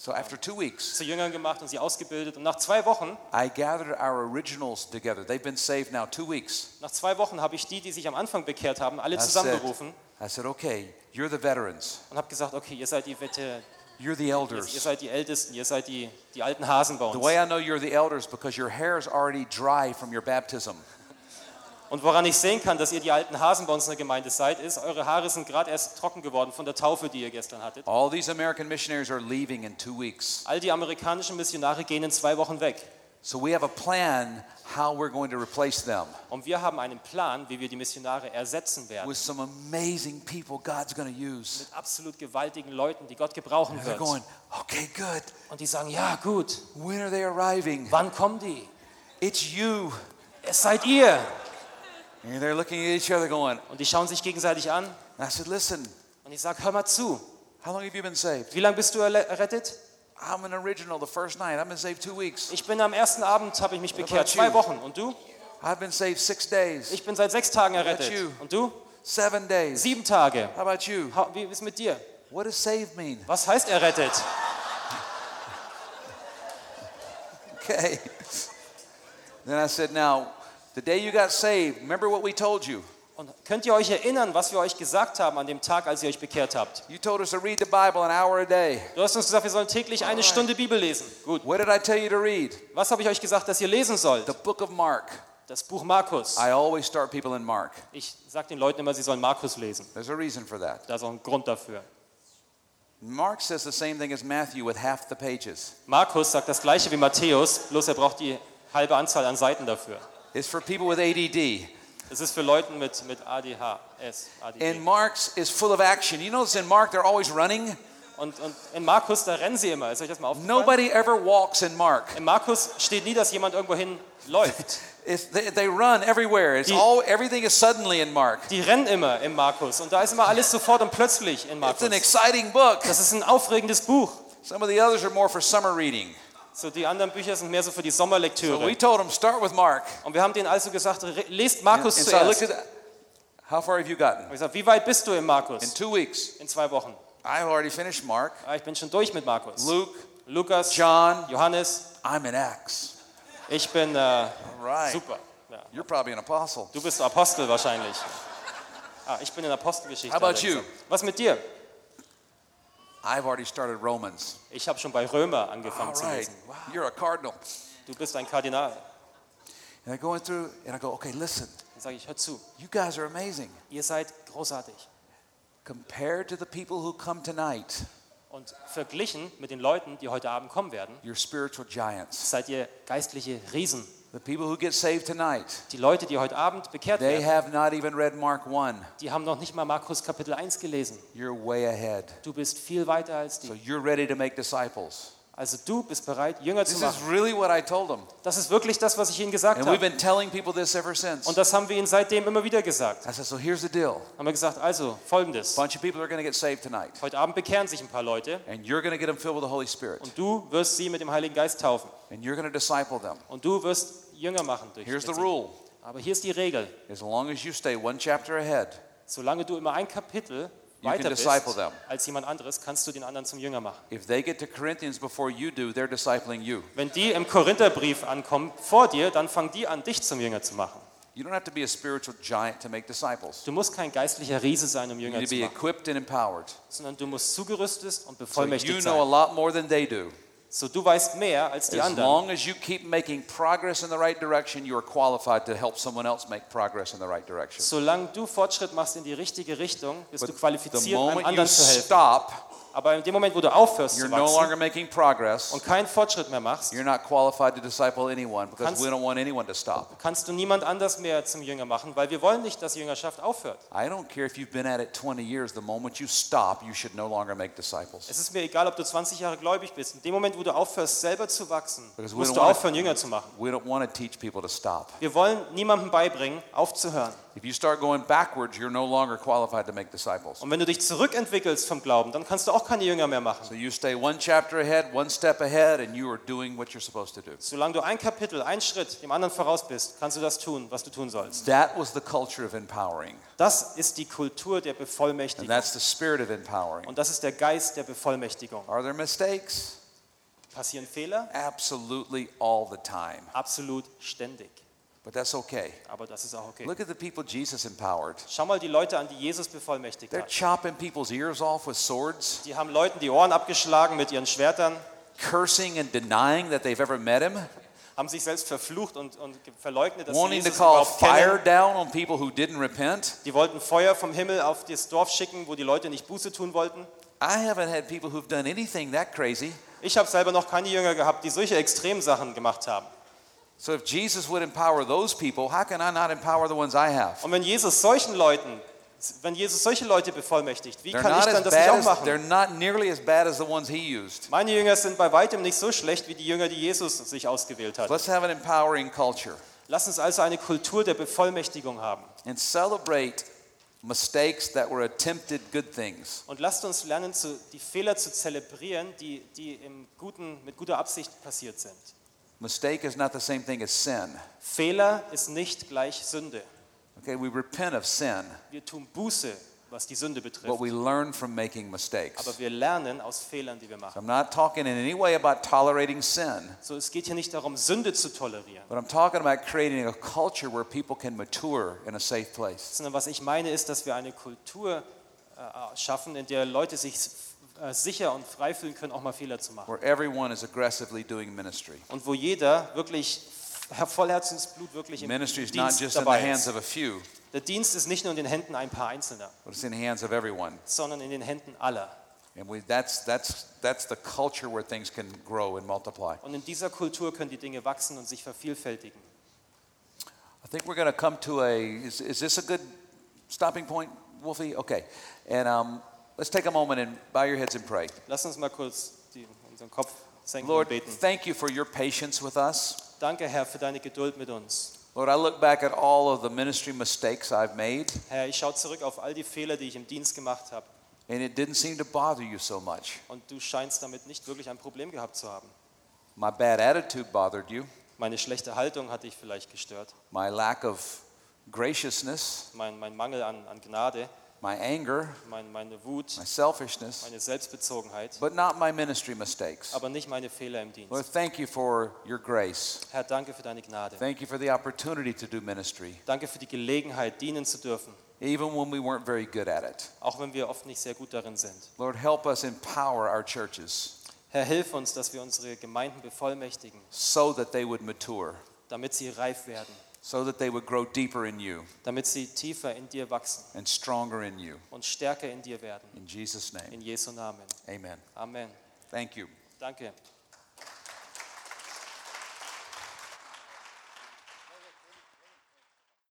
[SPEAKER 2] So after two weeks,
[SPEAKER 3] zu Jüngern gemacht und sie ausgebildet. Und nach zwei Wochen,
[SPEAKER 2] I gathered our originals together. They've been saved now two weeks.
[SPEAKER 3] nach zwei Wochen habe ich die, die sich am Anfang bekehrt haben, alle
[SPEAKER 2] I said,
[SPEAKER 3] zusammengerufen
[SPEAKER 2] I said, okay, you're the veterans,
[SPEAKER 3] und habe gesagt, okay, ihr seid die Wette,
[SPEAKER 2] you're
[SPEAKER 3] ihr,
[SPEAKER 2] the
[SPEAKER 3] ihr
[SPEAKER 2] elders.
[SPEAKER 3] seid die Ältesten, ihr seid die, die alten Hasen bei
[SPEAKER 2] The
[SPEAKER 3] uns.
[SPEAKER 2] way I know you're the elders because your hair is already dry from your baptism.
[SPEAKER 3] Und woran ich sehen kann, dass ihr die alten Hasen bei uns in der Gemeinde seid, ist, eure Haare sind gerade erst trocken geworden von der Taufe, die ihr gestern hattet.
[SPEAKER 2] All these American missionaries are leaving in two weeks.
[SPEAKER 3] All die amerikanischen Missionare gehen in zwei Wochen weg.
[SPEAKER 2] So we have a plan how we're going to replace them
[SPEAKER 3] Und wir haben einen Plan, wie wir die Missionare ersetzen werden.
[SPEAKER 2] with some amazing people God's going to use.
[SPEAKER 3] Mit absolut gewaltigen Leuten, die Gott gebrauchen
[SPEAKER 2] They're
[SPEAKER 3] wird.
[SPEAKER 2] going, okay, good.
[SPEAKER 3] Und die sagen, ja gut,
[SPEAKER 2] When are they arriving?
[SPEAKER 3] wann kommen die?
[SPEAKER 2] It's you.
[SPEAKER 3] Es seid ihr.
[SPEAKER 2] And they're looking at each other going,
[SPEAKER 3] Und die schauen sich gegenseitig an.
[SPEAKER 2] I said, listen,
[SPEAKER 3] Und ich sage, hör mal zu.
[SPEAKER 2] how long have you been saved?
[SPEAKER 3] Wie lange bist du erle- errettet?
[SPEAKER 2] I'm an original the first night. I've been saved two weeks.
[SPEAKER 3] Ich bin am ersten Abend, habe ich mich bekehrt.
[SPEAKER 2] about
[SPEAKER 3] Zwei
[SPEAKER 2] you?
[SPEAKER 3] Wochen. Und du?
[SPEAKER 2] I've been saved six days,
[SPEAKER 3] Ich bin seit sechs Tagen
[SPEAKER 2] about
[SPEAKER 3] errettet.
[SPEAKER 2] you?
[SPEAKER 3] Und du?
[SPEAKER 2] seven days.
[SPEAKER 3] Sieben Tage.
[SPEAKER 2] How about you?
[SPEAKER 3] Ha- Wie ist mit dir?
[SPEAKER 2] What does saved mean?
[SPEAKER 3] Was heißt errettet?
[SPEAKER 2] Okay. Then I said, now, the day you got saved, remember what we told you?
[SPEAKER 3] Und könnt ihr euch erinnern, was wir euch gesagt haben an dem Tag, als ihr euch bekehrt habt?
[SPEAKER 2] You told us to read the Bible an hour a day.
[SPEAKER 3] Du hast uns gesagt, wir sollen täglich eine Stunde Bibel lesen. Gut.
[SPEAKER 2] What did I tell you to read?
[SPEAKER 3] Was habe ich euch gesagt, dass ihr lesen sollt?
[SPEAKER 2] The book of Mark.
[SPEAKER 3] Das Buch Markus.
[SPEAKER 2] I always start people in Mark.
[SPEAKER 3] Ich sage den Leuten immer, sie sollen Markus lesen.
[SPEAKER 2] There's a reason for that.
[SPEAKER 3] Da ist auch ein Grund dafür.
[SPEAKER 2] Mark says the same thing as Matthew with half the pages.
[SPEAKER 3] Markus sagt das gleiche wie Matthäus, bloß er braucht die halbe Anzahl an Seiten dafür.
[SPEAKER 2] It's for people with ADD.
[SPEAKER 3] Es ist für Leute mit, mit ADHS. ADD.
[SPEAKER 2] And Mark's is full of action. You notice in Mark they're always running.
[SPEAKER 3] Und, und in Markus, da rennen sie immer. Ist euch das mal aufgefallen?
[SPEAKER 2] Nobody ever walks in Mark.
[SPEAKER 3] In Markus steht nie, dass jemand irgendwo hin läuft.
[SPEAKER 2] It's, they, they run everywhere. It's
[SPEAKER 3] Die-
[SPEAKER 2] all everything is suddenly in Mark.
[SPEAKER 3] Die rennen immer im Markus. Und da ist immer alles sofort und plötzlich in
[SPEAKER 2] It's an
[SPEAKER 3] Markus.
[SPEAKER 2] exciting book.
[SPEAKER 3] Das ist ein aufregendes Buch.
[SPEAKER 2] Some of the others are more for summer reading.
[SPEAKER 3] So, die anderen Bücher sind mehr so für die
[SPEAKER 2] So we
[SPEAKER 3] Sommerlektüre.
[SPEAKER 2] told them start with Mark.
[SPEAKER 3] Und wir haben denen also gesagt, re- lest
[SPEAKER 2] And, and
[SPEAKER 3] Markus
[SPEAKER 2] so I
[SPEAKER 3] zuerst.
[SPEAKER 2] looked
[SPEAKER 3] Und
[SPEAKER 2] at how far have you gotten?
[SPEAKER 3] ich gesagt, wie weit bist du in
[SPEAKER 2] In
[SPEAKER 3] Markus?
[SPEAKER 2] two weeks,
[SPEAKER 3] In zwei Wochen.
[SPEAKER 2] I've already finished Mark,
[SPEAKER 3] Ah, ich bin schon durch mit Markus.
[SPEAKER 2] Luke,
[SPEAKER 3] Lukas,
[SPEAKER 2] John.
[SPEAKER 3] Johannes,
[SPEAKER 2] I'm in Acts.
[SPEAKER 3] ich bin äh,
[SPEAKER 2] All right.
[SPEAKER 3] super. Ja.
[SPEAKER 2] You're probably an apostle.
[SPEAKER 3] Du bist Apostel wahrscheinlich. Ah, ich bin in Apostelgeschichte.
[SPEAKER 2] How about
[SPEAKER 3] also.
[SPEAKER 2] you?
[SPEAKER 3] Was mit dir?
[SPEAKER 2] I've already started Romans.
[SPEAKER 3] Ich habe schon bei Römer angefangen
[SPEAKER 2] All
[SPEAKER 3] zu
[SPEAKER 2] right.
[SPEAKER 3] lesen.
[SPEAKER 2] You're a cardinal.
[SPEAKER 3] Du bist ein Kardinal.
[SPEAKER 2] And I'm going through, and I go, okay, listen,
[SPEAKER 3] Dann sage ich, hör zu,
[SPEAKER 2] you guys are amazing.
[SPEAKER 3] ihr seid großartig.
[SPEAKER 2] Compared to the people who come tonight,
[SPEAKER 3] Und verglichen mit den Leuten, die heute Abend kommen werden,
[SPEAKER 2] you're spiritual giants.
[SPEAKER 3] seid ihr geistliche Riesen.
[SPEAKER 2] The people who get saved tonight,
[SPEAKER 3] Die Leute, die heute Abend bekehrt
[SPEAKER 2] they
[SPEAKER 3] werden,
[SPEAKER 2] have not even read Mark 1.
[SPEAKER 3] die haben noch nicht mal Markus Kapitel 1 gelesen.
[SPEAKER 2] You're way ahead.
[SPEAKER 3] Du bist viel weiter als
[SPEAKER 2] So
[SPEAKER 3] die.
[SPEAKER 2] you're ready to make disciples.
[SPEAKER 3] Also du bist bereit, Jünger zu
[SPEAKER 2] This is
[SPEAKER 3] machen.
[SPEAKER 2] really what I told them.
[SPEAKER 3] Das ist wirklich das, was ich ihnen gesagt
[SPEAKER 2] And we've
[SPEAKER 3] habe.
[SPEAKER 2] been telling people this ever since.
[SPEAKER 3] Und das haben wir ihnen seitdem immer wieder gesagt.
[SPEAKER 2] I said, so here's the deal.
[SPEAKER 3] Haben wir gesagt, also folgendes.
[SPEAKER 2] A bunch of people are going to get saved tonight.
[SPEAKER 3] Heute Abend bekehren sich ein paar Leute
[SPEAKER 2] And you're going to get them filled with the Holy Spirit.
[SPEAKER 3] und du wirst sie mit dem Heiligen Geist taufen
[SPEAKER 2] And you're going to disciple them.
[SPEAKER 3] und du wirst Jünger machen durch
[SPEAKER 2] Here's the
[SPEAKER 3] mit sie.
[SPEAKER 2] rule.
[SPEAKER 3] Aber hier ist die Regel,
[SPEAKER 2] As long as you stay one chapter ahead,
[SPEAKER 3] solange du immer ein Kapitel
[SPEAKER 2] You can
[SPEAKER 3] weiter bist
[SPEAKER 2] disciple them.
[SPEAKER 3] als jemand anderes, kannst du den anderen zum Jünger machen.
[SPEAKER 2] if they get to Corinthians before you do, they're discipling you.
[SPEAKER 3] Wenn die im Korintherbrief ankommen vor dir, dann fangen die an, dich zum Jünger zu machen.
[SPEAKER 2] You don't have to be a spiritual giant to make disciples.
[SPEAKER 3] Du musst kein geistlicher Riese sein, um
[SPEAKER 2] You
[SPEAKER 3] Jünger
[SPEAKER 2] need to
[SPEAKER 3] zu
[SPEAKER 2] be
[SPEAKER 3] machen,
[SPEAKER 2] equipped and empowered.
[SPEAKER 3] sondern du musst zugerüstet und
[SPEAKER 2] So
[SPEAKER 3] bevollmächtigt
[SPEAKER 2] you know a
[SPEAKER 3] sein.
[SPEAKER 2] lot more than they do.
[SPEAKER 3] So du weißt mehr als die
[SPEAKER 2] As
[SPEAKER 3] anderen.
[SPEAKER 2] long as you keep making progress in the right direction, you are qualified to help someone else make progress in the right direction.
[SPEAKER 3] Solange du Fortschritt machst in die richtige Richtung, bist du
[SPEAKER 2] But the
[SPEAKER 3] qualifiziert, einem
[SPEAKER 2] moment you
[SPEAKER 3] anderen zu helfen.
[SPEAKER 2] stop,
[SPEAKER 3] Aber in dem Moment, wo du aufhörst
[SPEAKER 2] you're
[SPEAKER 3] zu
[SPEAKER 2] no
[SPEAKER 3] wachsen
[SPEAKER 2] longer making progress.
[SPEAKER 3] und keinen Fortschritt mehr machst,
[SPEAKER 2] You're not qualified to disciple anyone because
[SPEAKER 3] Kannst-
[SPEAKER 2] we don't want anyone to stop.
[SPEAKER 3] kannst du niemand anders mehr zum Jünger machen, weil wir wollen nicht, dass Jüngerschaft aufhört.
[SPEAKER 2] I don't care if you've been at it 20 years, the moment you stop, you should no longer make disciples.
[SPEAKER 3] Es ist mir egal, ob du 20 Jahre gläubig bist. In dem Moment, wo du aufhörst, selber zu wachsen,
[SPEAKER 2] Because we
[SPEAKER 3] musst
[SPEAKER 2] don't
[SPEAKER 3] du
[SPEAKER 2] wanna-
[SPEAKER 3] aufhören, Jünger zu machen.
[SPEAKER 2] We don't want to teach people to stop.
[SPEAKER 3] Wir wollen niemandem beibringen, aufzuhören.
[SPEAKER 2] If you start going backwards, you're no longer qualified to make disciples.
[SPEAKER 3] Und wenn du dich zurückentwickelst vom Glauben, dann kannst du auch keine Jünger mehr machen.
[SPEAKER 2] So you stay one chapter ahead, one step ahead, and you are doing what you're supposed to do.
[SPEAKER 3] Solange du ein Kapitel, einen Schritt dem anderen voraus bist, kannst du das tun, was du tun sollst.
[SPEAKER 2] That was the culture of empowering,
[SPEAKER 3] Das ist die Kultur der
[SPEAKER 2] and
[SPEAKER 3] Bevollmächtigung.
[SPEAKER 2] that's the spirit of empowering.
[SPEAKER 3] Und das ist der Geist der Bevollmächtigung.
[SPEAKER 2] Are there mistakes?
[SPEAKER 3] Passieren Fehler?
[SPEAKER 2] Absolutely all the time.
[SPEAKER 3] Absolut ständig.
[SPEAKER 2] But that's okay.
[SPEAKER 3] Aber das ist auch okay.
[SPEAKER 2] Look at the people Jesus empowered.
[SPEAKER 3] Schau mal die Leute an, die Jesus bevollmächtigt
[SPEAKER 2] They're
[SPEAKER 3] hat.
[SPEAKER 2] chopping people's ears off with swords,
[SPEAKER 3] Die haben Leuten die Ohren abgeschlagen mit ihren Schwertern,
[SPEAKER 2] cursing and denying that they've ever met him,
[SPEAKER 3] haben sich selbst verflucht und, und ge- verleugnet, dass sie
[SPEAKER 2] wanting to
[SPEAKER 3] Jesus
[SPEAKER 2] call
[SPEAKER 3] überhaupt
[SPEAKER 2] fire
[SPEAKER 3] kennen.
[SPEAKER 2] down on people who didn't repent.
[SPEAKER 3] Die wollten Feuer vom Himmel auf das Dorf schicken, wo die Leute nicht Buße tun wollten.
[SPEAKER 2] I haven't had people who've done anything that crazy.
[SPEAKER 3] Ich habe selber noch keine Jünger gehabt, die solche Extremsachen gemacht haben.
[SPEAKER 2] So if Jesus would empower those people, how can I not empower the ones I have?
[SPEAKER 3] Und wenn Jesus solchen Leuten, wenn Jesus solche Leute bevollmächtigt, wie
[SPEAKER 2] They're
[SPEAKER 3] kann ich
[SPEAKER 2] not
[SPEAKER 3] dann
[SPEAKER 2] as
[SPEAKER 3] das nicht auch
[SPEAKER 2] bad as, they're
[SPEAKER 3] machen?
[SPEAKER 2] not nearly as bad as the ones he used.
[SPEAKER 3] Meine Jünger sind bei weitem nicht so schlecht wie die Jünger, die Jesus sich ausgewählt hat.
[SPEAKER 2] Let's have an empowering culture
[SPEAKER 3] Lass uns also eine Kultur der Bevollmächtigung haben
[SPEAKER 2] and celebrate mistakes that were attempted good things.
[SPEAKER 3] und lasst uns lernen, zu, die Fehler zu zelebrieren, die, die im guten, mit guter Absicht passiert sind.
[SPEAKER 2] Mistake is not the same thing as sin.
[SPEAKER 3] Fehler ist nicht gleich Sünde.
[SPEAKER 2] Okay, we repent of sin,
[SPEAKER 3] Wir tun Buße, was die Sünde
[SPEAKER 2] but
[SPEAKER 3] betrifft,
[SPEAKER 2] we learn from making mistakes.
[SPEAKER 3] aber wir lernen aus Fehlern, die wir machen.
[SPEAKER 2] I'm not talking in any way about tolerating sin,
[SPEAKER 3] So, es geht hier nicht darum, Sünde zu tolerieren.
[SPEAKER 2] but I'm talking about creating a culture where people can mature in a safe place.
[SPEAKER 3] sondern was ich meine ist, dass wir eine Kultur äh, schaffen, in der Leute sich äh, sicher und frei fühlen können, auch mal Fehler zu machen.
[SPEAKER 2] where everyone is aggressively doing ministry.
[SPEAKER 3] Und wo jeder wirklich her- voll Herzensblut wirklich im
[SPEAKER 2] Ministry is not
[SPEAKER 3] Dienst
[SPEAKER 2] just in the
[SPEAKER 3] dabei
[SPEAKER 2] hands
[SPEAKER 3] ist.
[SPEAKER 2] of a few,
[SPEAKER 3] Der Dienst ist nicht nur in den Händen ein paar Einzelner,
[SPEAKER 2] but it's in the hands of everyone.
[SPEAKER 3] sondern in den Händen aller.
[SPEAKER 2] And we, that's, that's, that's the culture where things can grow and multiply.
[SPEAKER 3] Und in dieser Kultur können die Dinge wachsen und sich vervielfältigen.
[SPEAKER 2] I think we're going to come to a, is, is this a good stopping point, Wolfie? Okay. And um, let's take a moment and bow your heads and pray.
[SPEAKER 3] Lass uns mal kurz die, unseren Kopf senken
[SPEAKER 2] Lord,
[SPEAKER 3] und beten.
[SPEAKER 2] thank you for your patience with us.
[SPEAKER 3] Danke, Herr, für deine Geduld mit uns.
[SPEAKER 2] Lord, I look back at all of the ministry mistakes I've made,
[SPEAKER 3] Herr, ich schaue zurück auf all die Fehler, die ich im Dienst gemacht habe.
[SPEAKER 2] and it didn't seem to bother you so much.
[SPEAKER 3] Und du scheinst damit nicht wirklich ein Problem gehabt zu haben.
[SPEAKER 2] My bad attitude bothered you,
[SPEAKER 3] Meine schlechte Haltung hat dich vielleicht gestört,
[SPEAKER 2] my lack of graciousness.
[SPEAKER 3] mein, mein Mangel an, an Gnade,
[SPEAKER 2] my anger,
[SPEAKER 3] mein, meine Wut,
[SPEAKER 2] my selfishness,
[SPEAKER 3] meine Selbstbezogenheit,
[SPEAKER 2] but not my ministry mistakes.
[SPEAKER 3] aber nicht meine Fehler im
[SPEAKER 2] Lord,
[SPEAKER 3] Dienst.
[SPEAKER 2] thank you for your grace.
[SPEAKER 3] Herr, danke für deine Gnade.
[SPEAKER 2] Thank you for the opportunity to do ministry,
[SPEAKER 3] Danke für die Gelegenheit, dienen zu dürfen,
[SPEAKER 2] even when we weren't very good at it.
[SPEAKER 3] auch wenn wir oft nicht sehr gut darin sind.
[SPEAKER 2] Lord, help us empower our churches
[SPEAKER 3] Herr, hilf uns, dass wir unsere Gemeinden bevollmächtigen,
[SPEAKER 2] so that they would mature,
[SPEAKER 3] damit sie reif werden,
[SPEAKER 2] so that they would grow deeper in you
[SPEAKER 3] damit sie tiefer in dir wachsen
[SPEAKER 2] and stronger in you.
[SPEAKER 3] und stärker in dir werden.
[SPEAKER 2] In Jesus' name,
[SPEAKER 3] In Jesu Namen.
[SPEAKER 2] amen.
[SPEAKER 3] Amen.
[SPEAKER 2] Thank you.
[SPEAKER 3] Danke.